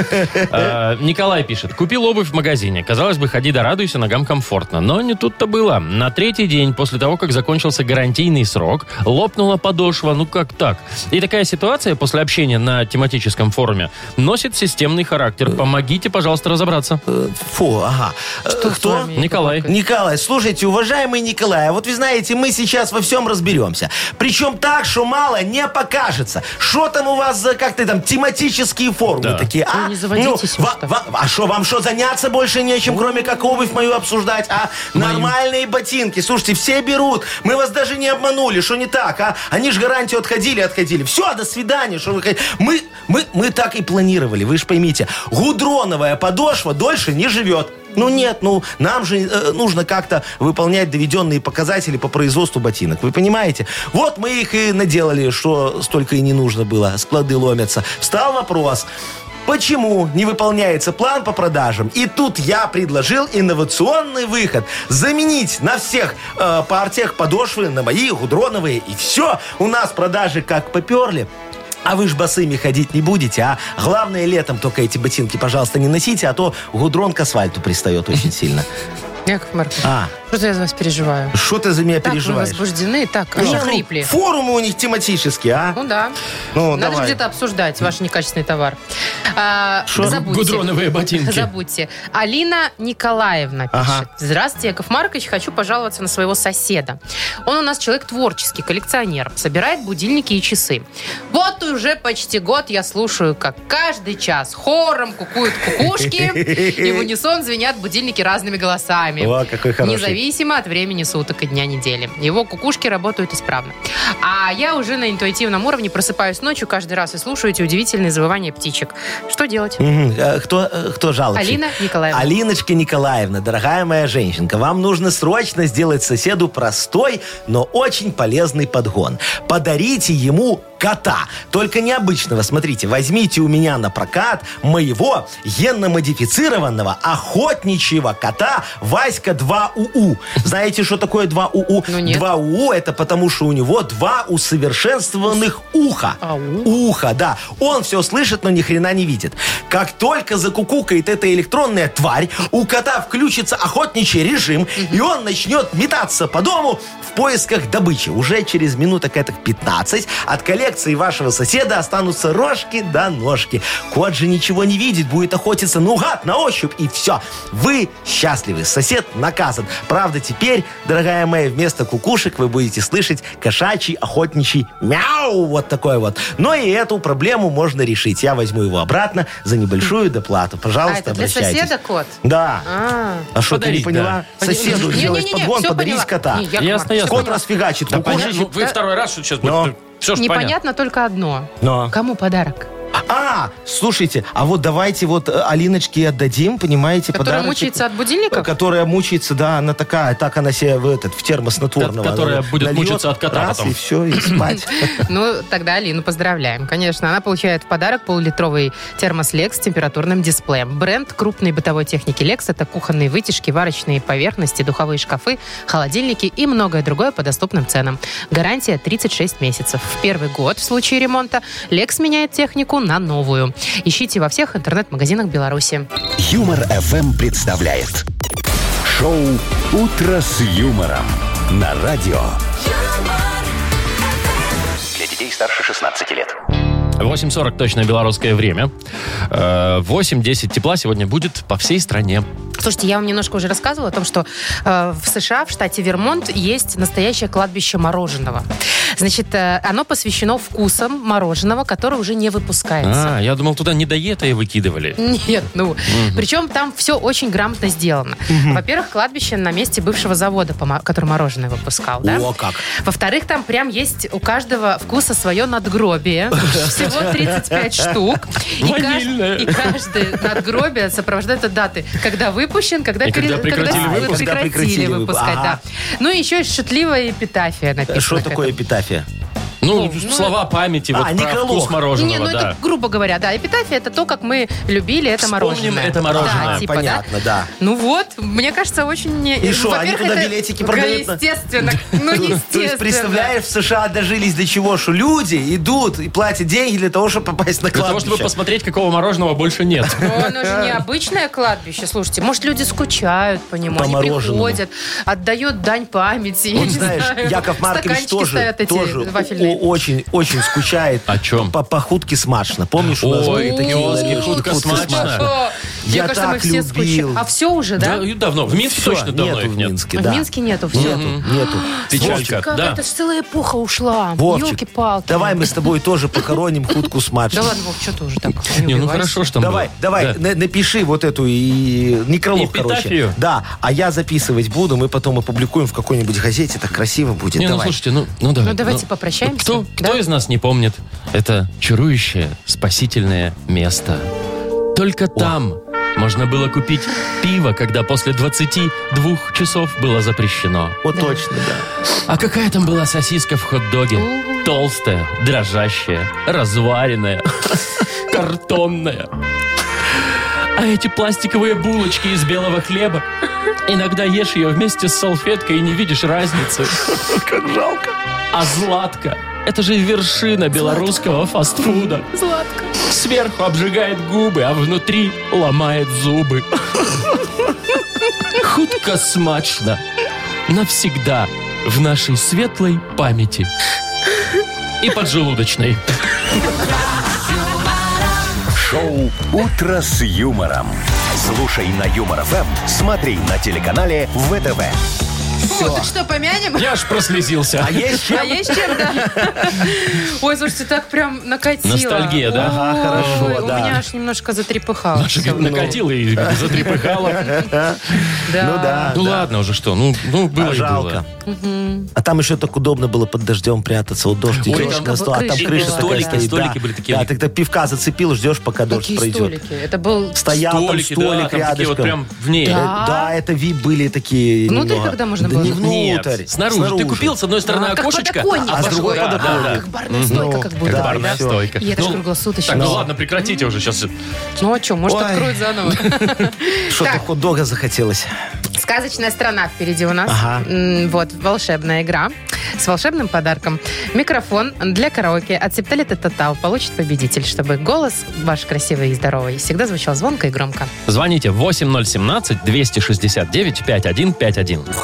Э, Николай пишет. Купил обувь в магазине. Казалось бы, ходи да радуйся, ногам комфортно. Но не тут-то было. На третий день после того, как закончился гарантийный срок, лопнула подошва. Ну как так? И такая ситуация после общения на тематическом форуме носит системный характер. Помогите, пожалуйста, разобраться.
Э, Фу, ага. Э, Кто?
Николай.
Николай, слушайте, уважаемый Николай, а вот вы знаете, мы сейчас во всем разберемся. Причем так, что мало не покажется. Что там у вас за, как ты там, тематические формы
Да.
такие, а?
Вы не заводитесь
Ну,
уж
ва-
так.
ва- а что, вам что, заняться больше нечем, кроме как обувь мою обсуждать, а? Нормальные ботинки, слушайте, все берут. Мы вас даже не обманули, что не так, а? Они же гарантию отходили, отходили. Все, до свидания, что вы хот- Мы, мы, мы так и планировали, вы же поймите. Гудроновая подошва дольше не живет. Ну нет, ну нам же э, нужно как-то выполнять доведенные показатели по производству ботинок. Вы понимаете? Вот мы их и наделали, что столько и не нужно было. Склады ломятся. Встал вопрос. Почему не выполняется план по продажам? И тут я предложил инновационный выход. Заменить на всех э, партиях подошвы на мои гудроновые. И все, у нас продажи как поперли. А вы ж босыми ходить не будете, а? Главное, летом только эти ботинки, пожалуйста, не носите, а то гудрон к асфальту пристает очень сильно.
Яков Маркович,
А,
что я за вас переживаю?
что ты за меня
Так вы
переживаешь?
возбуждены, так,
Не,
аж
ну,
хрипли.
форумы у них тематические, а?
Ну да.
Ну,
Надо же
давай.
где-то обсуждать ваш некачественный товар. А, забудьте.
Гудроновые ботинки.
Забудьте. Алина Николаевна пишет.
Ага.
Здравствуйте, Яков Маркович. Хочу пожаловаться на своего соседа. Он у нас человек творческий, коллекционер. Собирает будильники и часы. Вот уже почти год я слушаю, как каждый час хором кукуют кукушки, и в унисон звенят будильники разными голосами.
О, какой хороший.
Независимо от времени суток и дня недели. Его кукушки работают исправно. А я уже на интуитивном уровне просыпаюсь ночью каждый раз и слушаю эти удивительные завывания птичек. Что делать?
Мгм. Э, Кто, э, кто жалуется?
Алина Николаевна.
Алиночка Николаевна, дорогая моя женщинка, вам нужно срочно сделать соседу простой, но очень полезный подгон. Подарите ему кота. Только необычного. Смотрите, возьмите у меня на прокат моего генно-модифицированного охотничьего кота Васька 2УУ. Знаете, что такое 2УУ?
Ну, нет.
2УУ это потому, что у него два усовершенствованных уха.
Ау.
Ухо, да. Он все слышит, но ни хрена не видит. Как только закукукает эта электронная тварь, у кота включится охотничий режим, и он начнет метаться по дому в поисках добычи. Уже через минуток этих 15 от коллекции вашего соседа останутся рожки до ножки. Кот же ничего не видит, будет охотиться наугад, на ощупь, и все. Вы счастливы, сосед наказан. Правда, теперь, дорогая моя, вместо кукушек вы будете слышать кошачий охотничий мяу, вот такой вот. Но и эту проблему можно решить. Я возьму его обратно за небольшую доплату.
А
Пожалуйста,
это для
обращайтесь.
соседа кот?
Да.
А.
А что, ты не
Подарить,
поняла?
Пон-
Соседу
Не-не-не,
сделать
всё
подгон,
поняла.
подарить кота.
Не, Яков
Ясно,
Маркович,
ясно.
всё
Кот
поняла.
расфигачит. Ну,
Да
кукушечек.
понятно, вы второй раз что сейчас
Но.
будет. Все ж понятно.
Непонятно только одно.
Но.
Кому подарок?
А, А, слушайте, а вот давайте вот э, Алиночке отдадим, понимаете,
Которая
подарочек.
мучается от
Ну,
будильников?
Которая мучается, да, она такая, так она себе в этот, в термос снотворного
Которая
она
будет
нальет,
мучиться от кота
раз,
потом.
и все, и спать.
Ну, тогда Алину поздравляем. Конечно, она получает в подарок полулитровый термос Lex с температурным дисплеем. Бренд крупной бытовой техники Lex – это кухонные вытяжки, варочные поверхности, духовые шкафы, холодильники и многое другое по доступным ценам. Гарантия 36 месяцев. В первый год в случае ремонта Lex меняет технику на новую. Ищите во всех интернет-магазинах Беларуси.
Юмор FM представляет шоу Утро с юмором на радио.
Для детей старше 16 лет.
8.40 точное белорусское время. Э, 8.10 тепла сегодня будет по всей стране.
Слушайте, я вам немножко уже рассказывала о том, что э, в США, в штате Вермонт, есть настоящее кладбище мороженого. Значит, э, оно посвящено вкусам мороженого, которое уже не выпускается.
А, я думал, туда недоеда и выкидывали.
Нет, ну. Причем там все очень грамотно сделано. Во-первых, кладбище на месте бывшего завода, по мо- который мороженое выпускал, да?
О, как.
Во-вторых, там прям есть у каждого вкуса свое надгробие. Всего 35 штук. И, кажд-
Ванильное.
и каждое надгробие сопровождается даты, когда выпущен, когда,
И когда прекратили
с-
выпуск.
прекратили
Когда прекратили выпуск.
выпускать.
Ага.
да. Ну и еще есть шутливая эпитафия написана.
А Что
к
такое
этому.
эпитафия?
Ну,
ну,
слова памяти,
А,
вот про
некролог.
вкус мороженого,
Не, ну
да.
это грубо говоря, да, эпитафия это то, как мы любили это
Вспомним
мороженое.
это мороженое.
Да,
А,
типа, да.
Понятно, да.
Ну вот, мне кажется, очень... не-
И шо, они
Во-первых,
туда
это-
билетики
Да,
продают на-
естественно. Ну,
То есть,
естественно.
представляешь, в США дожились до чего, что люди идут и платят деньги для того, чтобы попасть на
Для того,
кладбище.
чтобы посмотреть, какого мороженого больше нет.
Но оно же необычное кладбище, слушайте. Может, люди скучают по нему,
По
они
мороженому.
приходят, отдают дань памяти. я
Вот
не
знаешь,
знаю.
Яков Маркович
Стаканчики
тоже,
стоят эти
тоже
вафельные.
о- очень, очень скучает.
О чем?
По, по худке смачно. Помнишь, у нас
Ой,
были такие
Киоски,
ларечки,
«Хутка смачно».
О, А Мне
Я
кажется, мы
так
все скучаем.
любил.
А все уже, да?
Да, и давно. В Минске
Всё,
точно давно
нету
их
в
нет.
Минске,
А
да.
В Минске нету все.
Нету, нету.
Печалька,
Как
да.
это ж целая эпоха ушла.
Вовчик,
Елки-палки.
Давай мы с тобой тоже похороним худку
Да
смачно.
ладно, Вов, что ты уже так?
Не, ну
убивайся.
хорошо, что там
Давай,
было.
давай,
Да.
на- напиши вот эту и некролог,
Эпитафию?
короче. Да, а я записывать буду, мы потом опубликуем в какой-нибудь газете, так красиво будет.
Не, ну
давай.
слушайте, ну, ну давай.
Ну, давайте попрощаемся,
Кто,
да?
кто из нас не помнит это чарующее спасительное место? Только там можно было купить пиво, когда после 22 часов было запрещено.
вот точно, да.
А какая там была сосиска в хот-доге? Толстая, дрожащая, разваренная, картонная. А эти пластиковые булочки из белого хлеба. Иногда ешь ее вместе с салфеткой и не видишь разницы. Как жалко. А Златка – это же вершина белорусского фастфуда.
Сладко.
Сверху обжигает губы, а внутри ломает зубы. Хутко смачно. Навсегда в нашей светлой памяти. И поджелудочной.
Шоу Утро с юмором. Слушай на Юмор ФМ, смотри на телеканале ВТВ.
Фу, так Ну, что, помянем?
Я аж прослезился.
А есть чем?
А есть чем, да? Ой, слушайте, так прям накатило.
Ностальгия, да?
Ага, хорошо,
Ой,
да.
У меня аж немножко затрепыхало.
Аж
всё.
накатило и затрепыхало.
Да.
Ну да.
Ну
да.
ладно уже что, ну, ну было
А
и
жалко.
было.
А там еще так удобно было под дождем прятаться. Вот дождь идет,
там
на стол, а там
крыша
крыша
была, да.
такая стоит,
Столики
да.
были такие.
Да, тогда пивка зацепил, ждешь, пока дождь
Какие
пройдет.
столики? Это был...
Стоял
Столики,
там
да,
столик
там такие вот
рядышком.
прям в ней.
Э,
Да.
Да. это VIP были такие.
Внутрь
немного.
когда можно
Да
было?
не
Нет,
внутрь.
снаружи. Ты купил с одной стороны
А, как
окошечко,
подоконник.
а
А
с
с
другой
другой Ну,
да, да, да.
Как барная стойка, как будто.
да,
да?
Барная
и всё.
стойка.
И это ж
Ну,
круглосуточно.
Так, ну ладно, прекратите уже сейчас.
Ну а что, может,
Ой.
откроют заново.
Что-то
Так.
хот-дога захотелось.
Сказочная страна впереди у нас.
Ага.
М, Вот, волшебная игра с волшебным подарком. Микрофон для караоке от Септолита Тотал получит победитель, чтобы голос ваш красивый и здоровый всегда звучал звонко и громко.
Звоните 8017-269-5151.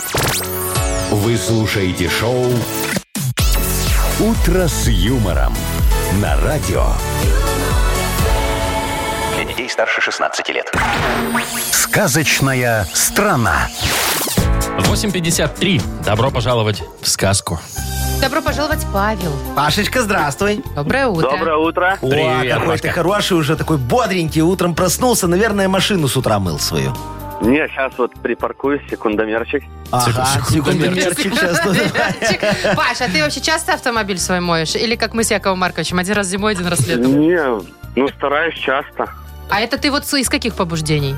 Вы слушаете шоу Утро с юмором на радио.
Для детей старше 16 лет.
Сказочная страна.
8.53. Добро пожаловать в сказку.
Добро пожаловать, Павел.
Пашечка, здравствуй.
Доброе утро.
Доброе утро.
Привет,
О, какой
Машка.
ты хороший уже, такой бодренький. Утром проснулся, наверное, машину с утра мыл свою.
Не, сейчас вот припаркуюсь, секундомерчик.
Ага,
секундомерчик.
секундомерчик сейчас. ну, давай.
Паш, а ты вообще часто автомобиль свой моешь? Или как мы с Яковом Марковичем, один раз зимой, один раз летом?
Не, Ну, стараюсь часто.
А это ты вот с- из каких побуждений?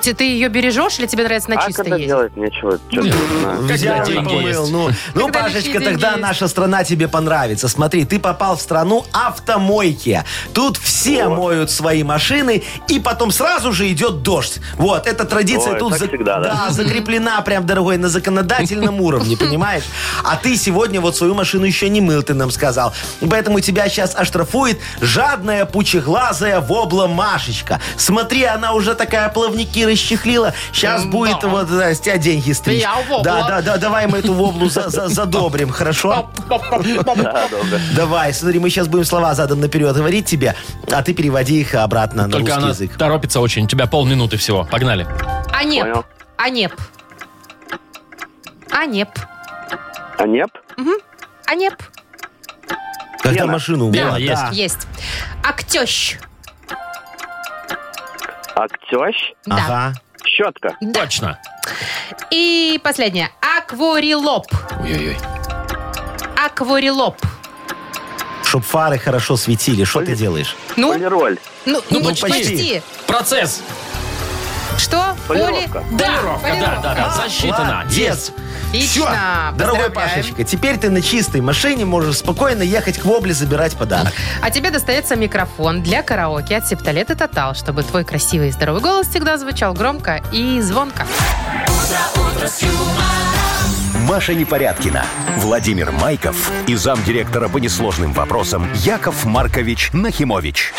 Ты, ты ее бережешь или тебе нравится на
а
чисто
когда
ездить?
делать нечего, честно не знаю.
Когда
Взял,
деньги
помыл,
есть.
Ну, ну
Когда
Пашечка,
лишние
тогда
деньги
наша страна тебе понравится. Смотри, ты попал в страну автомойки. Тут все моют свои машины, и потом сразу же идет дождь. Вот, эта традиция
Ой,
тут
так всегда, да.
А, закреплена прям, дорогой, на законодательном уровне, понимаешь? А ты сегодня вот свою машину еще не мыл, ты нам сказал. Поэтому тебя сейчас оштрафует жадная, пучеглазая вобла Машечка. Смотри, она уже такая плавники расчехлила. Сейчас будет вот да, с тебя деньги стричь.
Я вобла.
Да, да, да, давай мы эту воблу за- за- задобрим, хорошо?
Да, долго.
Давай, смотри, мы сейчас будем слова задом наперед говорить тебе, а ты переводи их обратно на
Только
русский
она
язык.
торопится очень. У тебя полминуты всего. Погнали.
А неп.
Понял.
А неп. А неп.
А нет?
А неп.
Когда
Лена.
машину
Лена,
умыла,
есть.
да.
Есть. Актещ.
Актёщ?
Да.
Ага.
Щетка.
Точно.
И последнее. Акварелоп.
Ой-ой-ой.
Акварелоп.
Чтоб фары хорошо светили. Что ты делаешь?
Ну,
Полироль.
ну, ну,
ну,
поч- почти.
почти.
Процесс.
Что?
Полировка.
Поли- Да, А,
Полировка, да, да, да. Засчитано. Есть.
Молодец. Всё.
Отлично.
Дорогой
Поздравляем.
Пашечка, теперь ты на чистой машине можешь спокойно ехать к Вобле забирать подарок.
А тебе достается микрофон для караоке от Септолета Тотал, чтобы твой красивый и здоровый голос всегда звучал громко и звонко.
Маша Непорядкина, Владимир Майков и замдиректора по несложным вопросам Яков Маркович Нахимович.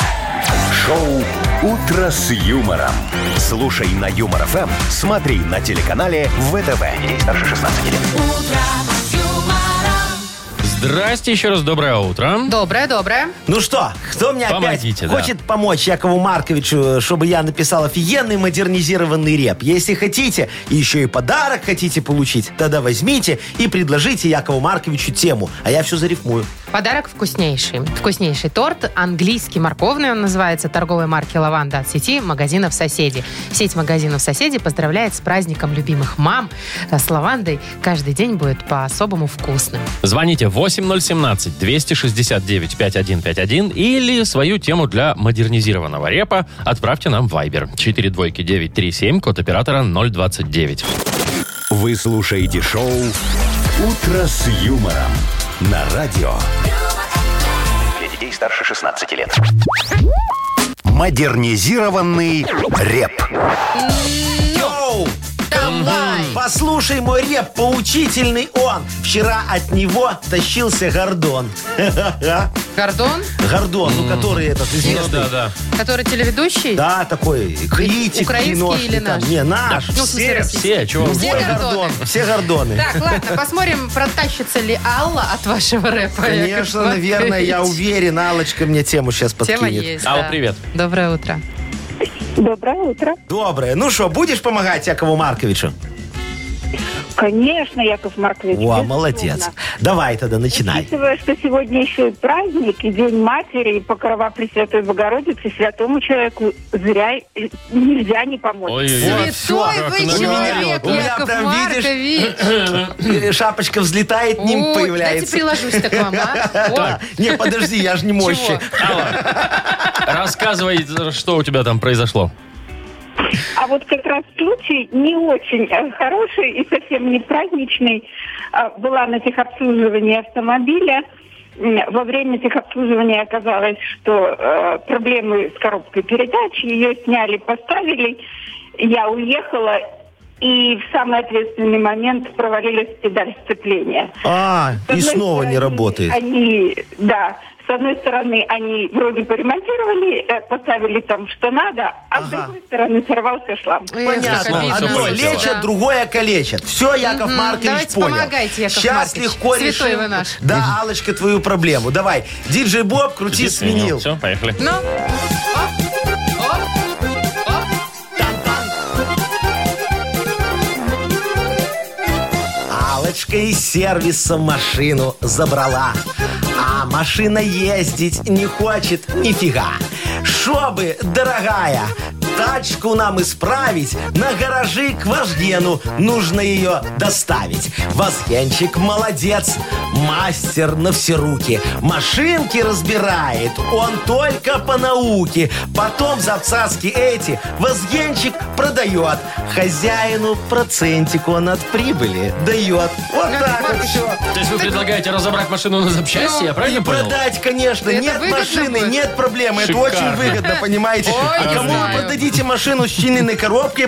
Шоу «Утро с юмором». Слушай на Юмор ФМ, смотри на телеканале ВТВ. Ей старше 16 лет.
Здрасте еще раз. Доброе утро.
Доброе, доброе.
Ну что, кто мне
Помогите,
опять
да.
хочет помочь Якову Марковичу, чтобы я написал офигенный модернизированный реп? Если хотите, и еще и подарок хотите получить, тогда возьмите и предложите Якову Марковичу тему, а я все зарифмую.
Подарок вкуснейший. Вкуснейший торт, английский морковный он называется, торговой марки «Лаванда» от сети магазинов «Соседи». Сеть магазинов «Соседи» поздравляет с праздником любимых мам. А С лавандой каждый день будет по-особому вкусным.
Звоните 8017-269-5151 или свою тему для модернизированного репа отправьте нам в Viber. 42937, код оператора 029.
Вы слушаете шоу «Утро с юмором» на радио
Для детей старше 16 лет.
«Модернизированный реп».
Йоу! Послушай мой реп, поучительный он. Вчера от него тащился Гордон.
Гордон,
Гордон, ну который этот известный.
да.
который телеведущий.
Да, такой критик.
украинский
киношный
или
там.
наш?
Не, наш.
Ну, в смысле,
все,
российский.
Все, чего?
Все
Ой,
Гордоны.
Гордон, все Гордоны.
Так, ладно, посмотрим, протащится ли Алла от вашего рэпа.
Конечно,
Яков
наверное, я
Маркович.
уверен, Алочка мне тему сейчас
Тема
подкинет.
есть.
Алла,
да.
привет.
Доброе утро.
Доброе утро.
Доброе. Ну что, будешь помогать Якову Марковичу?
Конечно, Яков Маркович.
О,
безусловно.
молодец. Давай тогда начинай.
Учитывая, что сегодня еще и праздник, и День Матери, и Покрова Пресвятой Богородицы, святому человеку зря и- нельзя не помочь.
Ой-ой-ой.
Святой вы
как
человек,
наговорила. У меня
Яков
прям,
Маркович.
Э, Шапочка взлетает, ним
Ой, Дайте
появляется.
приложусь-то к вам, а.
Да. Не, подожди, я же не
О,
мощи.
чего?
Рассказывай, что у тебя там произошло.
А вот как раз случай не очень э, хороший и совсем не праздничный. А, Была на техобслуживании автомобиля. М, Во время техобслуживания оказалось, что э, проблемы с коробкой передач. Ее сняли, поставили. Я уехала и в самый ответственный момент провалилась педаль сцепления.
А,
С
и
одной
снова не
стороны,
работает.
Они, да, с одной стороны, они вроде поремонтировали, э, поставили там, что надо, а с
Ага.
другой стороны, сорвался шланг.
Эх, как
Понятно.
обидно.
Одно
Полетело.
лечат, другое калечат. Все, Яков
Мгм.
Маркович
Давайте
понял.
помогайте, Яков
Сейчас
Маркович.
легко
Святой
решим.
вы наш.
Да, Алочка, твою проблему. Давай, диджей Боб, крути, сменил.
Все, поехали.
Ну, оп, оп, оп.
Алочка из сервиса машину забрала. А машина ездить не хочет нифига. Шобы, дорогая, Тачку нам исправить, на гаражи к Вожгену нужно ее доставить. Возгенчик молодец, мастер на все руки. Машинки разбирает он только по науке. Потом за цацки эти Возгенчик продает. Хозяину процентик он от прибыли дает. Вот так вот все.
То есть вы предлагаете разобрать машину на запчасти,
Ну,
я
И
правильно понял?
продать, конечно.
Это
нет
выгодно
машины,
будет?
нет проблемы. Это
Шикарно.
очень выгодно, понимаете?
Ой,
а
не
кому
знаю.
вы продадите машину с чиненной коробкой и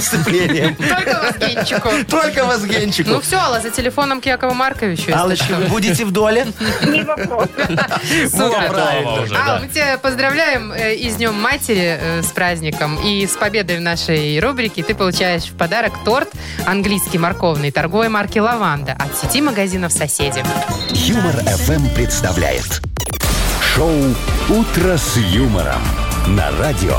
сцеплением?
Только Возгенчику.
Только Возгенчику.
Ну все, Алла, за телефоном к Якову Марковичу. если
Аллочка, вы будете в доле?
Не вопрос.
что.
Во,
Супер.
правильно.
уже,
Алла,
да.
мы тебя поздравляем э, и с Днем Матери э, с праздником, и с победой в нашей рубрике. Ты получаешь в подарок торт английский морковный торговой марки «Лаванда» от сети магазинов «Соседи».
Юмор FM представляет шоу Утро с юмором на радио.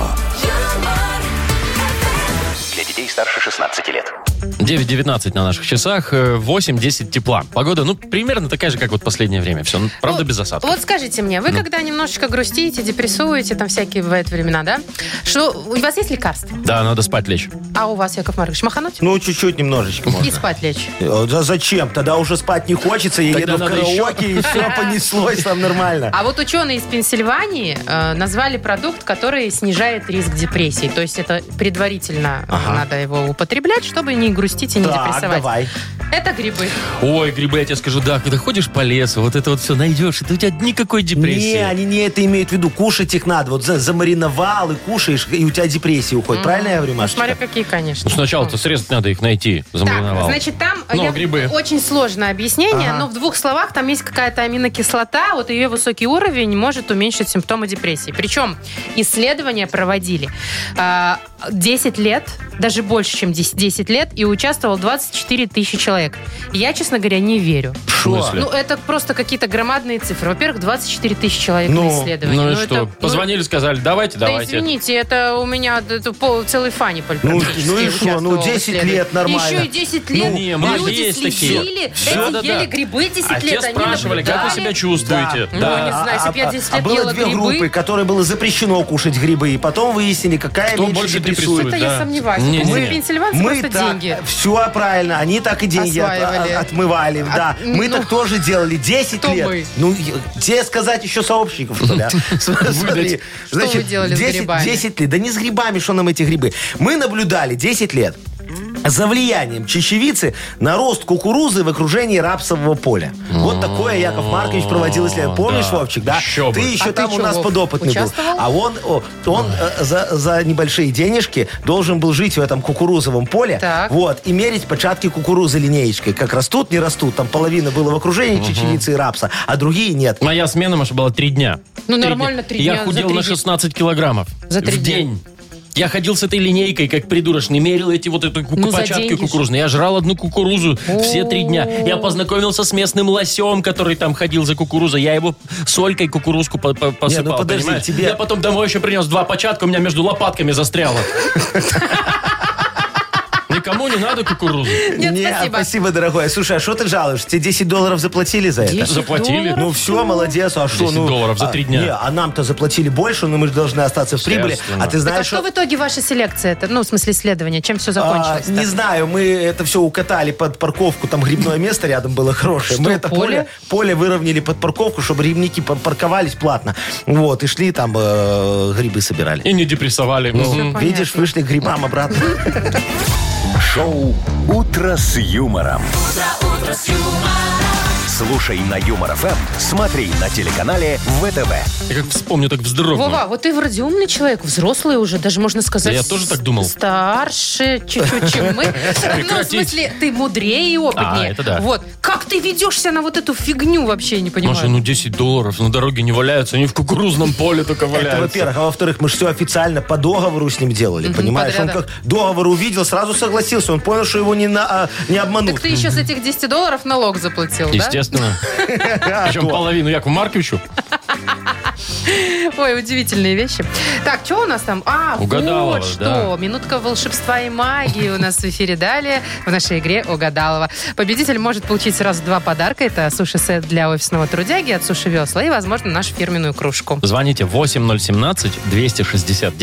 Для детей старше 16 лет.
9.19 на наших часах, э, 8.10 тепла. Погода, ну, примерно такая же, как вот последнее время. Все, правда,
Ну,
без осадков.
Вот скажите мне, вы когда немножечко грустите, депрессуете, там всякие бывают времена, да? Что у вас есть лекарства?
Да, надо спать лечь.
А у вас, Яков Маркович, махануть?
Ну, чуть-чуть немножечко
И
можно.
спать лечь.
Э, Да зачем? Тогда уже спать не хочется, я
Тогда
еду в
надо еще.
караоке, и все понеслось там нормально.
А вот ученые из Пенсильвании э, назвали продукт, который снижает риск депрессии. То есть это предварительно э, надо его употреблять, чтобы не грустить и не
Так,
депрессовать.
давай.
Это грибы.
Ой, грибы, я тебе скажу, да, когда ходишь по лесу, вот это вот все найдешь, и у тебя никакой депрессии.
Не, они не это имеют в виду. Кушать их надо. Вот за- замариновал и кушаешь, и у тебя депрессия уходит. Правильно я говорю, Машечка?
Смотря какие, конечно.
Ну, сначала-то средств надо их найти, замариновал.
Так, значит, там э,
Ну,
я-
грибы.
очень сложное объяснение, но в двух словах там есть какая-то аминокислота, вот ее высокий уровень может уменьшить симптомы депрессии. Причем исследования проводили а, 10 лет, даже больше, чем 10, 10 лет, и участвовал 24 тысячи человек. Я, честно говоря, не верю.
В смысле?
Ну, это просто какие-то громадные цифры. Во-первых, 24 тысячи человек
Ну,
на исследовании.
Ну и
э, это-
что? Позвонили, сказали, давайте,
Да
давайте.
извините, это у меня д- это пол- целый фаниполь
Ну,
практически
ну и шо,
участвовал
ну,
в
10
исследовании.
лет нормально.
Еще и 10 лет
не, Маша,
люди
Ну, есть
слезили,
такие. Всё,
эти
да, да.
ели грибы 10
а те
лет, они
спрашивали, как вы
наблюдали.
себя чувствуете?
Ну, не
Да.
А,
знаю, если б я 10 лет
было
ела
две
грибы-
группы, которые было запрещено кушать грибы, и потом выяснили, какая
Кто
меньше
больше
депрессует.
Это
депрессует?
я
Да.
сомневаюсь.
Не,
потому
не,
что
не.
пенсильванцы просто деньги.
все правильно, они так и деньги от-
Осваивали.
от- отмывали, да.
От-
Мы
ну,
так тоже делали 10
кто
лет.
мы?
Ну, я- тебе сказать еще сообщников, что ли, а? Смотри,
Что вы делали с
10
грибами?
10 лет, да не с грибами, что нам эти грибы. Мы наблюдали 10 лет за влиянием чечевицы на рост кукурузы в окружении рапсового поля. Вот такое Яков Маркович проводил исследование. Помнишь,
да.
Вовчик, да?
Еще бы.
Ты еще
А ты
там у
чё,
нас
Вов,
подопытный был.
участвовал?
А он, о, он э, за, за небольшие денежки должен был жить в этом кукурузовом поле.
Так.
Вот, и мерить початки кукурузы линеечкой. Как растут, не растут. Там половина было в окружении чечевицы и рапса, а другие нет.
Моя смена, Маша, была три дня.
Ну, нормально, три дня,
Я
за
худел
три
на
дня.
16 килограммов.
За три
в
дня.
день. Я ходил с этой линейкой, как придурочный, мерил эти вот эту куку-
Ну, за
початки
деньги ж.
кукурузные. Я жрал одну кукурузу все три дня. Я познакомился с местным лосем, который там ходил за кукурузой. Я его солькой кукурузку по- по- посыпал,
ну подожди,
понимаешь?
тебе-
Я потом домой еще принес два початка, у меня между лопатками застряло. Никому не надо кукурузу.
Нет,
Не,
спасибо.
дорогой. Слушай, а что ты жалуешься? Тебе 10 долларов заплатили за это?
10
Заплатили.
долларов?
Ну все, молодец. А что?
10
ну,
долларов за
а,
три дня.
Не, а нам-то заплатили больше, но мы же должны остаться в прибыли.
Естественно.
А ты
Так а
знаешь,
что в итоге ваша селекция? -то? Ну, в смысле исследования, чем все
А,
закончилось?
не знаю, мы это все укатали под парковку, там грибное место рядом было хорошее.
Что,
мы это поле? поле выровняли под парковку, чтобы грибники пар- парковались платно. Вот, и шли там э, грибы собирали.
Ну, И не депрессовали.
Ну.
Мгм.
Видишь, вышли к грибам обратно.
Шоу Утро с юмором. Слушай на Юмор ФМ, смотри на телеканале ВТВ.
Я как вспомню, так вздрогнул.
Вова, вот ты вроде умный человек, взрослый уже, даже можно сказать...
Да я тоже так думал.
Старше чуть-чуть, чем мы. Ну, в
Прекратить.
смысле, ты мудрее и опытнее.
А, это да.
Вот. Как ты ведешься на вот эту фигню вообще, не понимаю.
Маша, ну 10 долларов на дороге не валяются, они в кукурузном поле только
Это
валяются.
во-первых. А во-вторых, мы же все официально по договору с ним делали, понимаешь? Он
подряда.
как договор увидел, сразу согласился. Он понял, что его не, на- а, не обманут.
Так
ну,
ты еще с этих 10 долларов налог заплатил, да?
Естественно. Причем половину Якову Марковичу.
Ой, удивительные вещи. Так, что у нас там? А,
Угадалова,
вот что. Минутка волшебства и магии у нас в эфире далее в нашей игре «Угадалова». Победитель может получить сразу два подарка. Это суши-сет для офисного трудяги от Суши Весла и, возможно, нашу фирменную кружку.
Звоните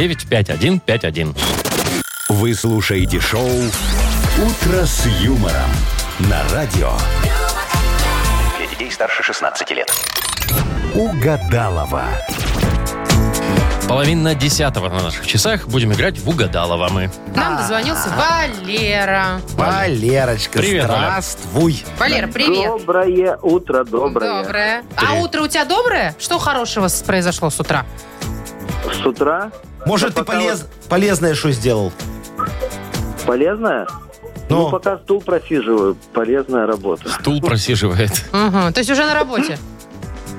8017-269-5151.
Вы слушаете шоу «Утро с юмором» на радио
Для детей старше 16 лет.
«Угадалова».
Половина десятого на наших часах. Будем играть в угадалово мы.
Нам дозвонился Валера.
Валерочка,
Привет, Валя.
здравствуй.
Валера, привет.
Доброе утро, доброе.
Доброе. А утро у тебя доброе? Что хорошего с- произошло с утра?
С утра.
Может,
Да
ты
пока
полез- полезное что сделал?
вот Полезное?
Ну.
Ну, пока стул просиживаю. Полезная работа.
Стул просиживает.
Мгм, То есть уже на работе?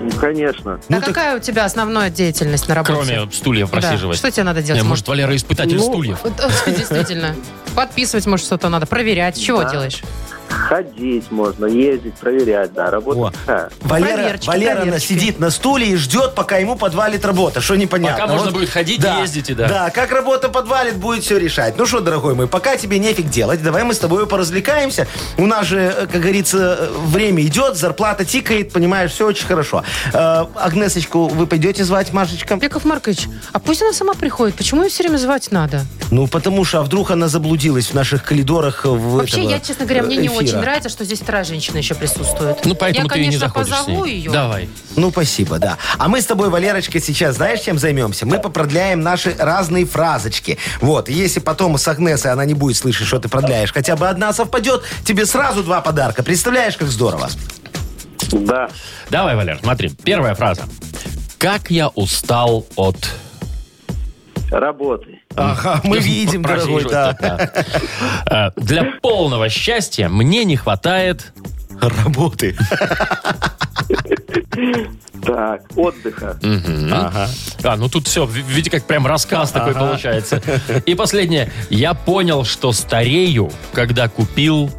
Ну, конечно.
А
так-
какая у тебя основная деятельность на работе?
Кроме стульев
Да.
просиживать.
Что тебе надо делать?
Не, может, Валера испытатель
Ну.
стульев?
Вот, Действительно. Подписывать, может, что-то надо, проверять. Чего делаешь?
Ходить можно, ездить, проверять, да. Работа
Во.
такая.
Валера,
Проверочки,
Валера на-
проверочки.
сидит на стуле и ждет, пока ему подвалит работа. Что непонятно.
Пока можно будет ходить и ездить, и да.
Да, как работа подвалит, будет все решать. Ну что, дорогой мой, пока тебе нефиг делать, давай мы с тобой поразвлекаемся. У нас же, э, как говорится, э, время идет, зарплата тикает, понимаешь, все очень хорошо. Э, Агнесочку вы пойдете звать, Машечка?
Яков Маркович, а пусть она сама приходит. Почему ее все время звать надо?
Ну, потому что, а вдруг она заблудилась в наших коридорах э, в
Вообще,
этого,
я, честно говоря, мне не
эфира.
очень нравится, что здесь вторая женщина еще присутствует.
Ну, поэтому
я,
ты и не
конечно,
заходишь с ней.
позову ее.
Давай.
Ну, спасибо, да. А мы с тобой, Валерочка, сейчас знаешь, чем займемся? Мы попродляем наши разные фразочки. Вот, и если потом с Агнесой она не будет слышать, что ты продляешь, хотя бы одна совпадет, тебе сразу два подарка. Представляешь, как здорово?
Да.
Давай, Валер, смотри. Первая фраза. Как я устал от...
Работы.
Ага, А мы видим, дорогой, да.
Э, Для полного счастья мне не хватает...
Работы.
Так, отдыха.
А, ну тут все, видите, как прям рассказ такой получается. И последнее. Я понял, что старею, когда купил...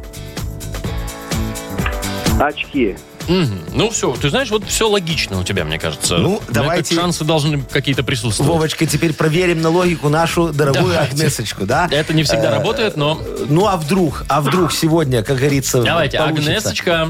Очки.
Мгм. Ну все, ты знаешь, вот все логично у тебя, мне кажется.
Ну,
Мне как
давайте-
Шансы должны какие-то присутствовать.
Вовочка, теперь проверим на логику нашу дорогую
Давайте.
Агнесочку, да?
Это не всегда
Э,
работает, но...
Ну, а вдруг, а вдруг сегодня, как говорится,
Давайте,
получится?
Агнесочка.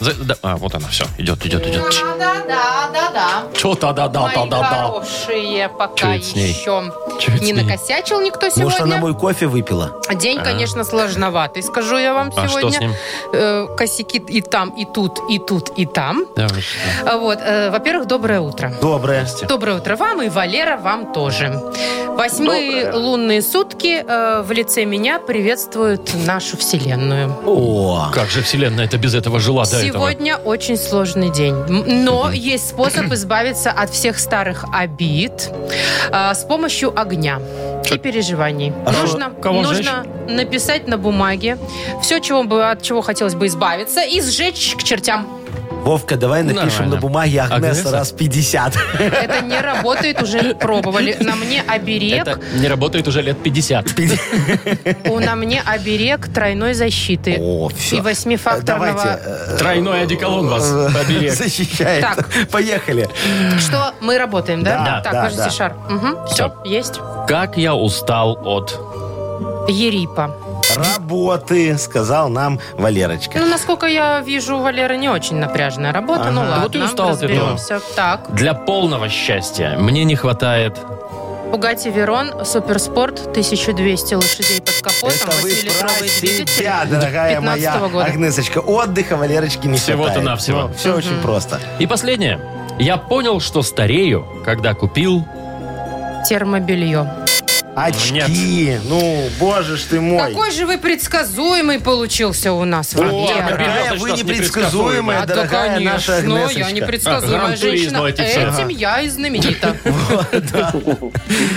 За- да- а, вот она, все. Идет, идет, идет.
Да-да-да-да-да.
Че да да да А, да
Мои
да
хорошие,
Чё
пока
это с ней?
еще
Чё это с
не
ней?
накосячил никто
Может,
сегодня.
она мой кофе выпила?
День, конечно, сложноватый, скажу я вам
А что с
сегодня.
ним?
Э, Косяки и там, и тут, и тут, и там.
Да, вы что?
А Вот, э, во-первых, доброе утро.
Доброе.
Доброе утро вам и Валера вам тоже. Восьмые
Доброе.
лунные сутки э, в лице меня приветствуют нашу Вселенную.
О,
Как же вселенная это без этого жила А до этого?
Сегодня очень сложный день, М, но есть способ избавиться от всех старых обид э, с помощью огня и переживаний.
А что,
нужно
кого
нужно
сжечь?
написать на бумаге все, чего бы, от чего хотелось бы избавиться, и сжечь к чертям.
Вовка, давай напишем
Нормально.
на бумаге Агнеса
Агнеса?
раз 50.
Это не работает, уже пробовали. На мне оберег.
Это не работает уже лет 50.
У- На мне оберег тройной защиты.
О,
И
всё.
восьмифакторного.
Давайте.
Тройной одеколон вас
э,
поберег.
Защищает.
Так.
Поехали.
Что мы работаем, да?
Да,
так,
да,
нажмите
да.
шар. Мгм, Все, есть.
Как я устал от...
Ерипа.
Работы, сказал нам Валерочка.
Ну, насколько я вижу, у Валеры не очень напряженная работа. Ну ладно,
Вот и устал ты, да.
разберемся. Так,
Для полного счастья мне не хватает...
Бугати Верон, Суперспорт, 1200 лошадей под капотом,
Это вы про
8-литровый двигатель.
себя, дорогая
15
моя
года.
Агнесочка. Отдыха Валерочки не
Всего-то
хватает.
навсего.
Ну, Все очень просто.
И последнее. Я понял, что старею, когда купил...
Термобелье.
Очки. Ну, боже ж ты мой.
Какой же вы предсказуемый получился у нас,
О,
Валера.
термобелье.
Какая
Значит,
вы
нас непредсказуемая.
непредсказуемая,
А, да,
дорогая наша А,
конечно, Ну,
Агнесочка.
я непредсказуемая
Ах,
женщина.
гран-туризмо эти все.
Этим я и знаменита.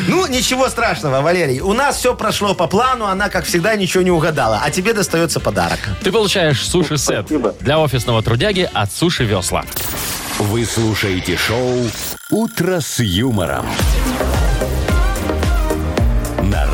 Ну, ничего страшного, Валерий. У нас все прошло по плану, она, как всегда, ничего не угадала. А тебе достается подарок.
Ты получаешь суши-сет
Спасибо.
для офисного трудяги от суши-весла.
Вы слушаете шоу «Утро с юмором». На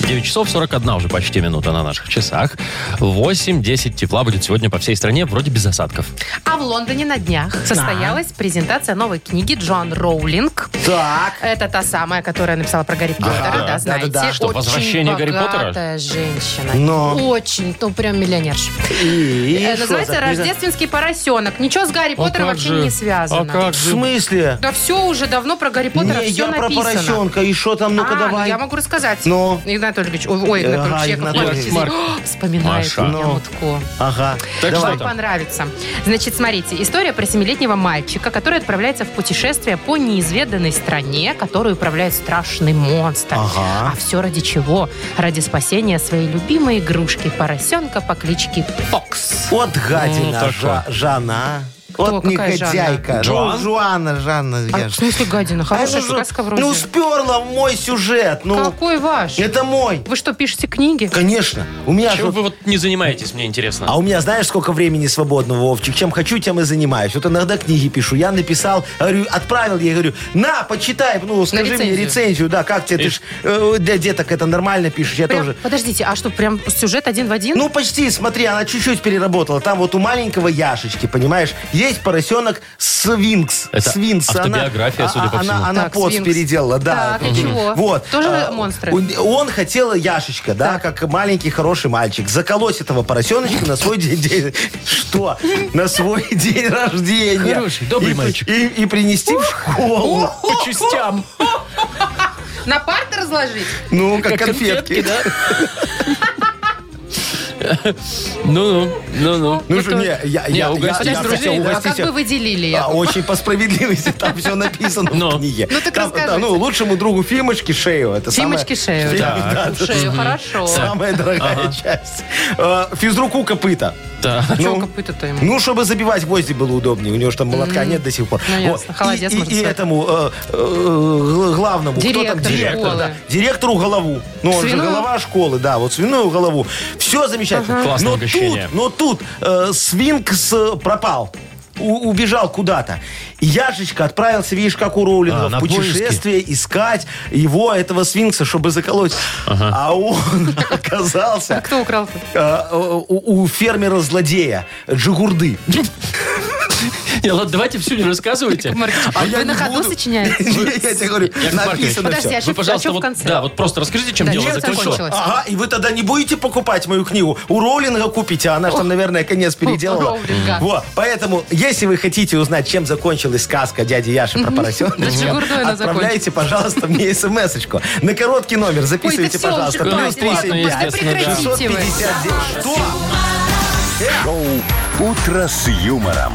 9 часов 41 уже почти минута на наших часах. 8-10 тепла будет сегодня по всей стране, вроде без осадков.
А в Лондоне на днях состоялась презентация новой книги Джоан Роулинг.
Так.
Это та самая, которая написала про Гарри Поттера, да, знаете.
да.
Что,
Очень
«Возвращение Гарри Поттера»?
богатая женщина.
Но.
Очень, ну прям миллионерша.
И, и
Э,
что
Называется
за книга?
«Рождественский поросенок». Ничего с Гарри Поттером вообще не связано.
А как
В
же?
смысле?
Да все уже давно про Гарри Поттера
Не,
все
я про
написано.
поросенка. И что там? Ну-ка
А,
давай.
я могу рассказать.
Ну?
Игнат Анатольевич, ой, ой,
Ага,
Игнат Анатольевич, Яков
Игнат
Анатольевич.
Маркович, извините. О, вспоминает
Маша.
меня
Ну.
Мутко.
Ага.
Так
давай.
что там?
Понравится. Значит, смотрите, история про семилетнего мальчика, который отправляется в путешествие по неизведанной стране, которую управляет страшный монстр.
Ага.
А все ради чего? Ради спасения своей любимой игрушки поросенка по кличке Фокс.
Вот гадина,
Ну,
Жа- Жана.
Кто?
Вот
Какая
негодяйка.
Жанна?
Ну, Жуана, Жанна.
А
я
в
ж-
смысле гадина? Хорошая
А ну,
сказка
ну,
вроде.
Ну, сперла в мой сюжет. Ну,
Какой ваш?
это мой.
Вы что, пишете книги?
Конечно. У меня же
Чем
вот
вы вот не занимаетесь, мне интересно.
А у меня знаешь, сколько времени свободного, Вовчик? Чем хочу, тем и занимаюсь. Вот иногда книги пишу. Я написал, говорю, отправил ей, говорю, на, почитай, ну, скажи мне
рецензию.
рецензию, да, как тебе, ты ж э, для деток это нормально пишешь, я
Прям-
тоже.
Подождите, а что, прям сюжет один в один?
Ну, почти, смотри, она чуть-чуть переработала. Там вот у маленького Яшечки, понимаешь, есть поросенок Свинкс.
Это
Свинкс. Она-
автобиография,
а-
судя по
а-
всему.
Она, она
Так,
пост
Свинкс.
переделала, да.
Так, и чего?
Вот.
Тоже
А,
монстры?
Он, он хотел Яшечка, да, как маленький хороший мальчик, заколоть этого поросеночка на свой день... день- Что? На свой день рождения.
Хороший, добрый
И-
мальчик.
И и принести в школу.
По частям.
На парты разложить?
Ну, как конфетки.
Ну-ну, ну-ну.
Ну что, не, я,
Не,
я,
угостить
я- я
друзей,
хотел
да.
А
угостить
как бы вы делили?
А,
Яков?
очень по справедливости там все написано
Ну.
в книге.
Ну, так
Там,
расскажите.
да, ну, лучшему другу Фимочке шею. Это
Фимочке
самое-
шею,
Да, да,
В Шею, хорошо.
Самая дорогая часть. Э, Физруку копыта.
Да.
А чё
ну.
копыта-то ему?
Ну, чтобы забивать гвозди было удобнее. У него же там молотка нет до сих пор.
Ну, ясно. Холодец
и, и-
можно
и
сказать.
этому э, э, гл- главному, кто
Директору
там директор,
школы.
да. директору голову. Ну, он
Свиную?
же голова школы, да, вот свиную голову. Все замечательно.
Ага. Классное
Но
угощение.
тут, но тут э, Свинкс э, пропал. У- убежал куда-то. И Яшечка отправился, видишь, как у Роулинга,
А, на
в путешествие искать его, этого свинкса, чтобы заколоть. А он оказался
Кто украл?
а, у, у фермера-злодея Джигурды.
Не, ладно, давайте всю не рассказывайте.
Маркович,
А я
вы
не
на ходу
буду.
сочиняете?
Я тебе говорю,
Яков Маркович,
написано
Подожди,
все.
а что
Ну Вы, пожалуйста,
в
вот,
конце?
да, вот просто расскажите, чем
Да,
дело
чем
закончилось.
закончилось?
Ага, и вы тогда не будете покупать мою книгу. У Роулинга купите, а она же там, наверное, конец переделала.
Роулинга.
Вот, поэтому, если вы хотите узнать, чем закончилась сказка дяди Яши
Да
про
с
поросенка,
Жигурдой она
отправляйте, пожалуйста, мне смс-очку. На короткий номер записывайте,
Ой, да всё
пожалуйста.
уже,
Плюс
хватит.
375
Естественно, да.
659. Что?
Шоу «Утро с юмором».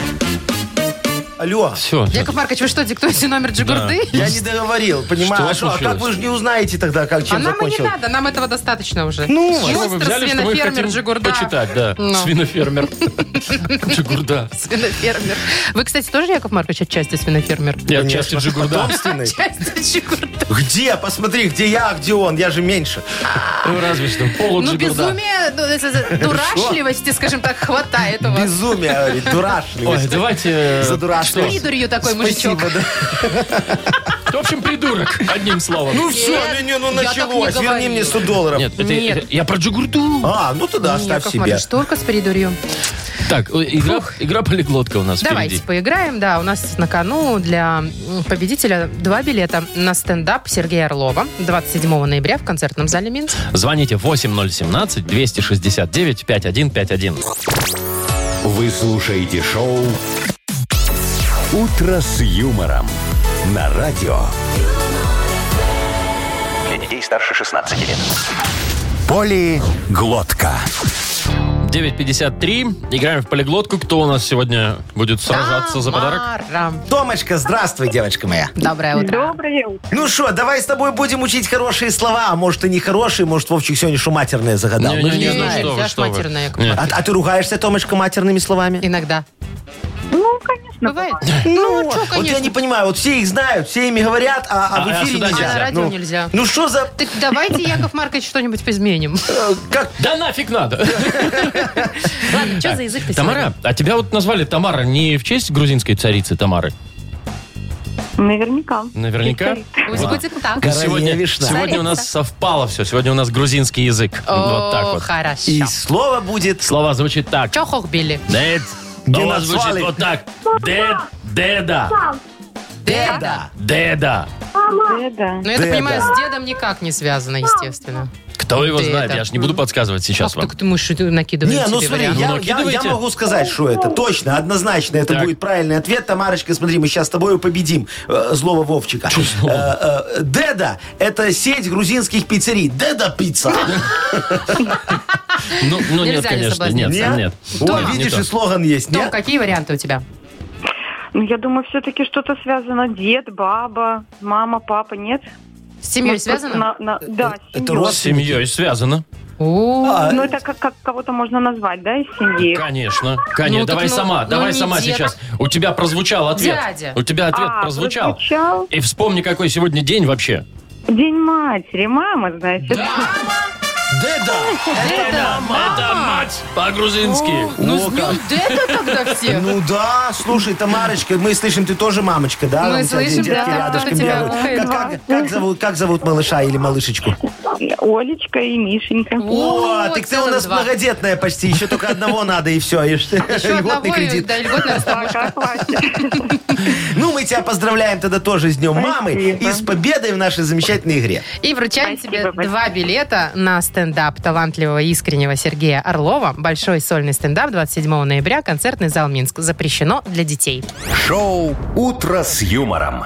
Алло.
Все.
Яков Маркович, вы что, диктуете номер Джигурды?
Я не договорил, понимаешь?
Что
а как
случилось?
вы же не узнаете тогда, как
А
чем
нам и не
закончил?
надо, нам этого достаточно уже.
Ну, а
Вы
монстр,
взяли, что мы
свинофермер,
хотим
Джигурда.
почитать, да.
Ну.
Свинофермер. Джигурда.
Свинофермер. Вы, кстати, тоже, Яков Маркович, отчасти свинофермер?
Я
Конечно.
часть Джигурда.
Потомственный.
Отчасти Джигурда.
Где? Посмотри, где я, а где он? Я же меньше.
Ну, разве что. Полу
Ну,
Джигурда.
безумие, ну, это- это дурашливости, скажем так, хватает у вас.
Безумие, говорит,
Ой,
дурашливость.
давайте... э,
За
что?
дурашливость.
Придурью такой мужичок.
Спасибо, да.
В общем, придурок, одним словом.
Ну все,
Нет,
не, не, ну
я так
началось.
не
Верни мне
говорила.
100 долларов.
Нет, это-
Нет.
это- я про Джигурду.
А, ну тогда оставь
Яков
себе.
Маркович, только с придурью.
Так, э, игра, игра полиглотка у нас
Давайте
впереди.
поиграем. Да, у нас на кону для м, победителя два билета на стендап Сергея Орлова 27 ноября в концертном зале Минск.
Звоните 8017-269-5151.
Вы слушаете шоу «Утро с юмором» на радио.
Для детей старше 16 лет.
Полиглотка.
9.53. Играем в полиглотку. Кто у нас сегодня будет сражаться за подарок?
Тамара.
Томочка, здравствуй, девочка моя.
Доброе утро.
Доброе утро.
Ну что, давай с тобой будем учить хорошие слова. А может и не хорошие, может Вовчик сегодня что матерное загадал. Мы же
Не-не-не,
не
ну
знаем.
что вы,
Нельзя ж
что вы.
матерное, Яков
Нет.
А а ты ругаешься, Томочка, матерными словами?
Иногда.
Ну, конечно,
Бывает?
Ну,
чё,
вот я
конечно.
не понимаю, вот все их знают, все ими говорят, а, а
А,
в
а
эфире
сюда
нельзя.
нельзя.
А на радио
ну,
нельзя.
Ну что за...
Так давайте, Яков Маркович, что-нибудь изменим.
э, как
Да нафиг надо.
Ладно, что за язык-то сегодня?
Тамара, а тебя вот назвали Тамара не в честь грузинской царицы Тамары?
Наверняка.
Наверняка.
Пусть
Вот.
будет так.
Гора-
Сегодня,
вишна.
сегодня у нас
Царица.
совпало все. Сегодня у нас грузинский язык. вот так
О,
вот.
хорошо.
И слово будет...
Слова звучат так.
Чё хохбили?
Дед.
Где
Слова
нас
звучит
свалит?
вот так. Дед. Деда.
Деда.
Деда.
Да.
Ну, я так
Деда.
понимаю, с дедом никак не связано, естественно.
Кто его
Деда.
знает? Я же не буду подсказывать сейчас
Как
вам.
так мы шутю накидываем
Не, ну
тебе
смотри,
варианты?
я,
Ну,
я- я
накидывайте.
могу сказать, что это точно, однозначно, это
Так.
будет правильный ответ. Тамарочка, смотри, мы сейчас с тобой победим э, злого Вовчика. Э, э, Деда – это сеть грузинских пиццерий. Деда пицца.
Ну, ну нет,
Нельзя не
конечно, нет,
соблазнять.
нет. нет.
О,
Нет, не
видишь,
то.
и слоган есть,
Том,
нет?
какие варианты у тебя?
Ну, я думаю, все-таки что-то связано. Дед, баба, мама, папа, нет?
С семьей
Может, просто
связано?
на- на-
Э,
Да, с
Это
семьей.
род-
С семьей связано.
О,
А,
Ну, это как, как кого-то можно назвать, да, из семьи?
Ну, Конечно. Конечно.
Ну, так
давай
ну,
сама,
ну,
давай
не
сама
дед.
сейчас. У тебя прозвучал ответ.
Дядя.
У тебя ответ
А,
прозвучал.
прозвучал.
И вспомни, какой сегодня день вообще.
День матери, мама, значит.
Деда.
деда?
Это мать по-грузински.
О, Ну, с днем деда тогда всех.
Ну да, слушай, Тамарочка, мы слышим, ты тоже мамочка, да?
Мы
Вон тебя
слышим,
детки
да, там
рядышком
кто-то тебя
бегают.
ухает.
Как- как- Как зовут- как зовут малыша или малышечку?
Олечка и Мишенька.
О,
Вот
так ты у
целых
нас
два.
многодетная почти. Еще только одного надо, и все. И ш-
Еще
льготный
одного, и-
кредит.
да, льготная расторговка.
Пока, хватит.
Ну, мы тебя поздравляем тогда тоже с Днем Мамы
Спасибо.
и с победой в нашей замечательной игре.
И вручаем
Спасибо
тебе
большое.
два билета на стендап талантливого и искреннего Сергея Орлова. Большой сольный стендап 27 ноября. Концертный зал Минск. Запрещено для детей.
Шоу «Утро с юмором».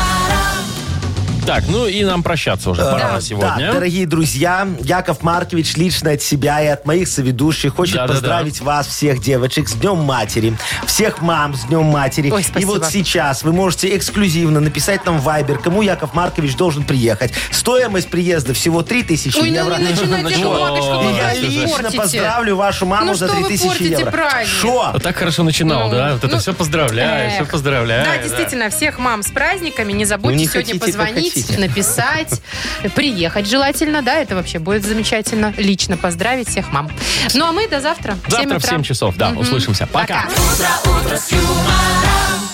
Так, ну и нам прощаться уже пора на
Да,
сегодня.
дорогие друзья, Яков Маркович лично от себя и от моих соведущих хочет
Да-да-да.
поздравить вас, всех девочек, с Днем Матери. Всех мам с Днем Матери.
Ой,
и
спасибо.
вот сейчас вы можете эксклюзивно написать нам в Вайбер, кому Яков Маркович должен приехать. Стоимость приезда всего 3000
Ой, ну
евро.
не начинайте,
Начала.
Яков Маркович, как
И
вы
я
Ой,
праздник
лично
портите.
поздравлю вашу маму
Ну
за
что вы
3000
портите
евро.
праздник?
Шо?
Так хорошо начинал,
Ну,
да? Вот это
ну,
все поздравляю,
эх.
все поздравляю.
Да, действительно, всех мам с праздниками. Не забудьте
Ну, не
сегодня
хотите, как
позвонить,
хотите.
написать, приехать желательно. Да, это вообще будет замечательно. Лично поздравить всех мам. Ну а мы до завтра.
Завтра в 7 часов, да,
Мгм.
услышимся. Пока.
Пока.
Утро, утро с юмором.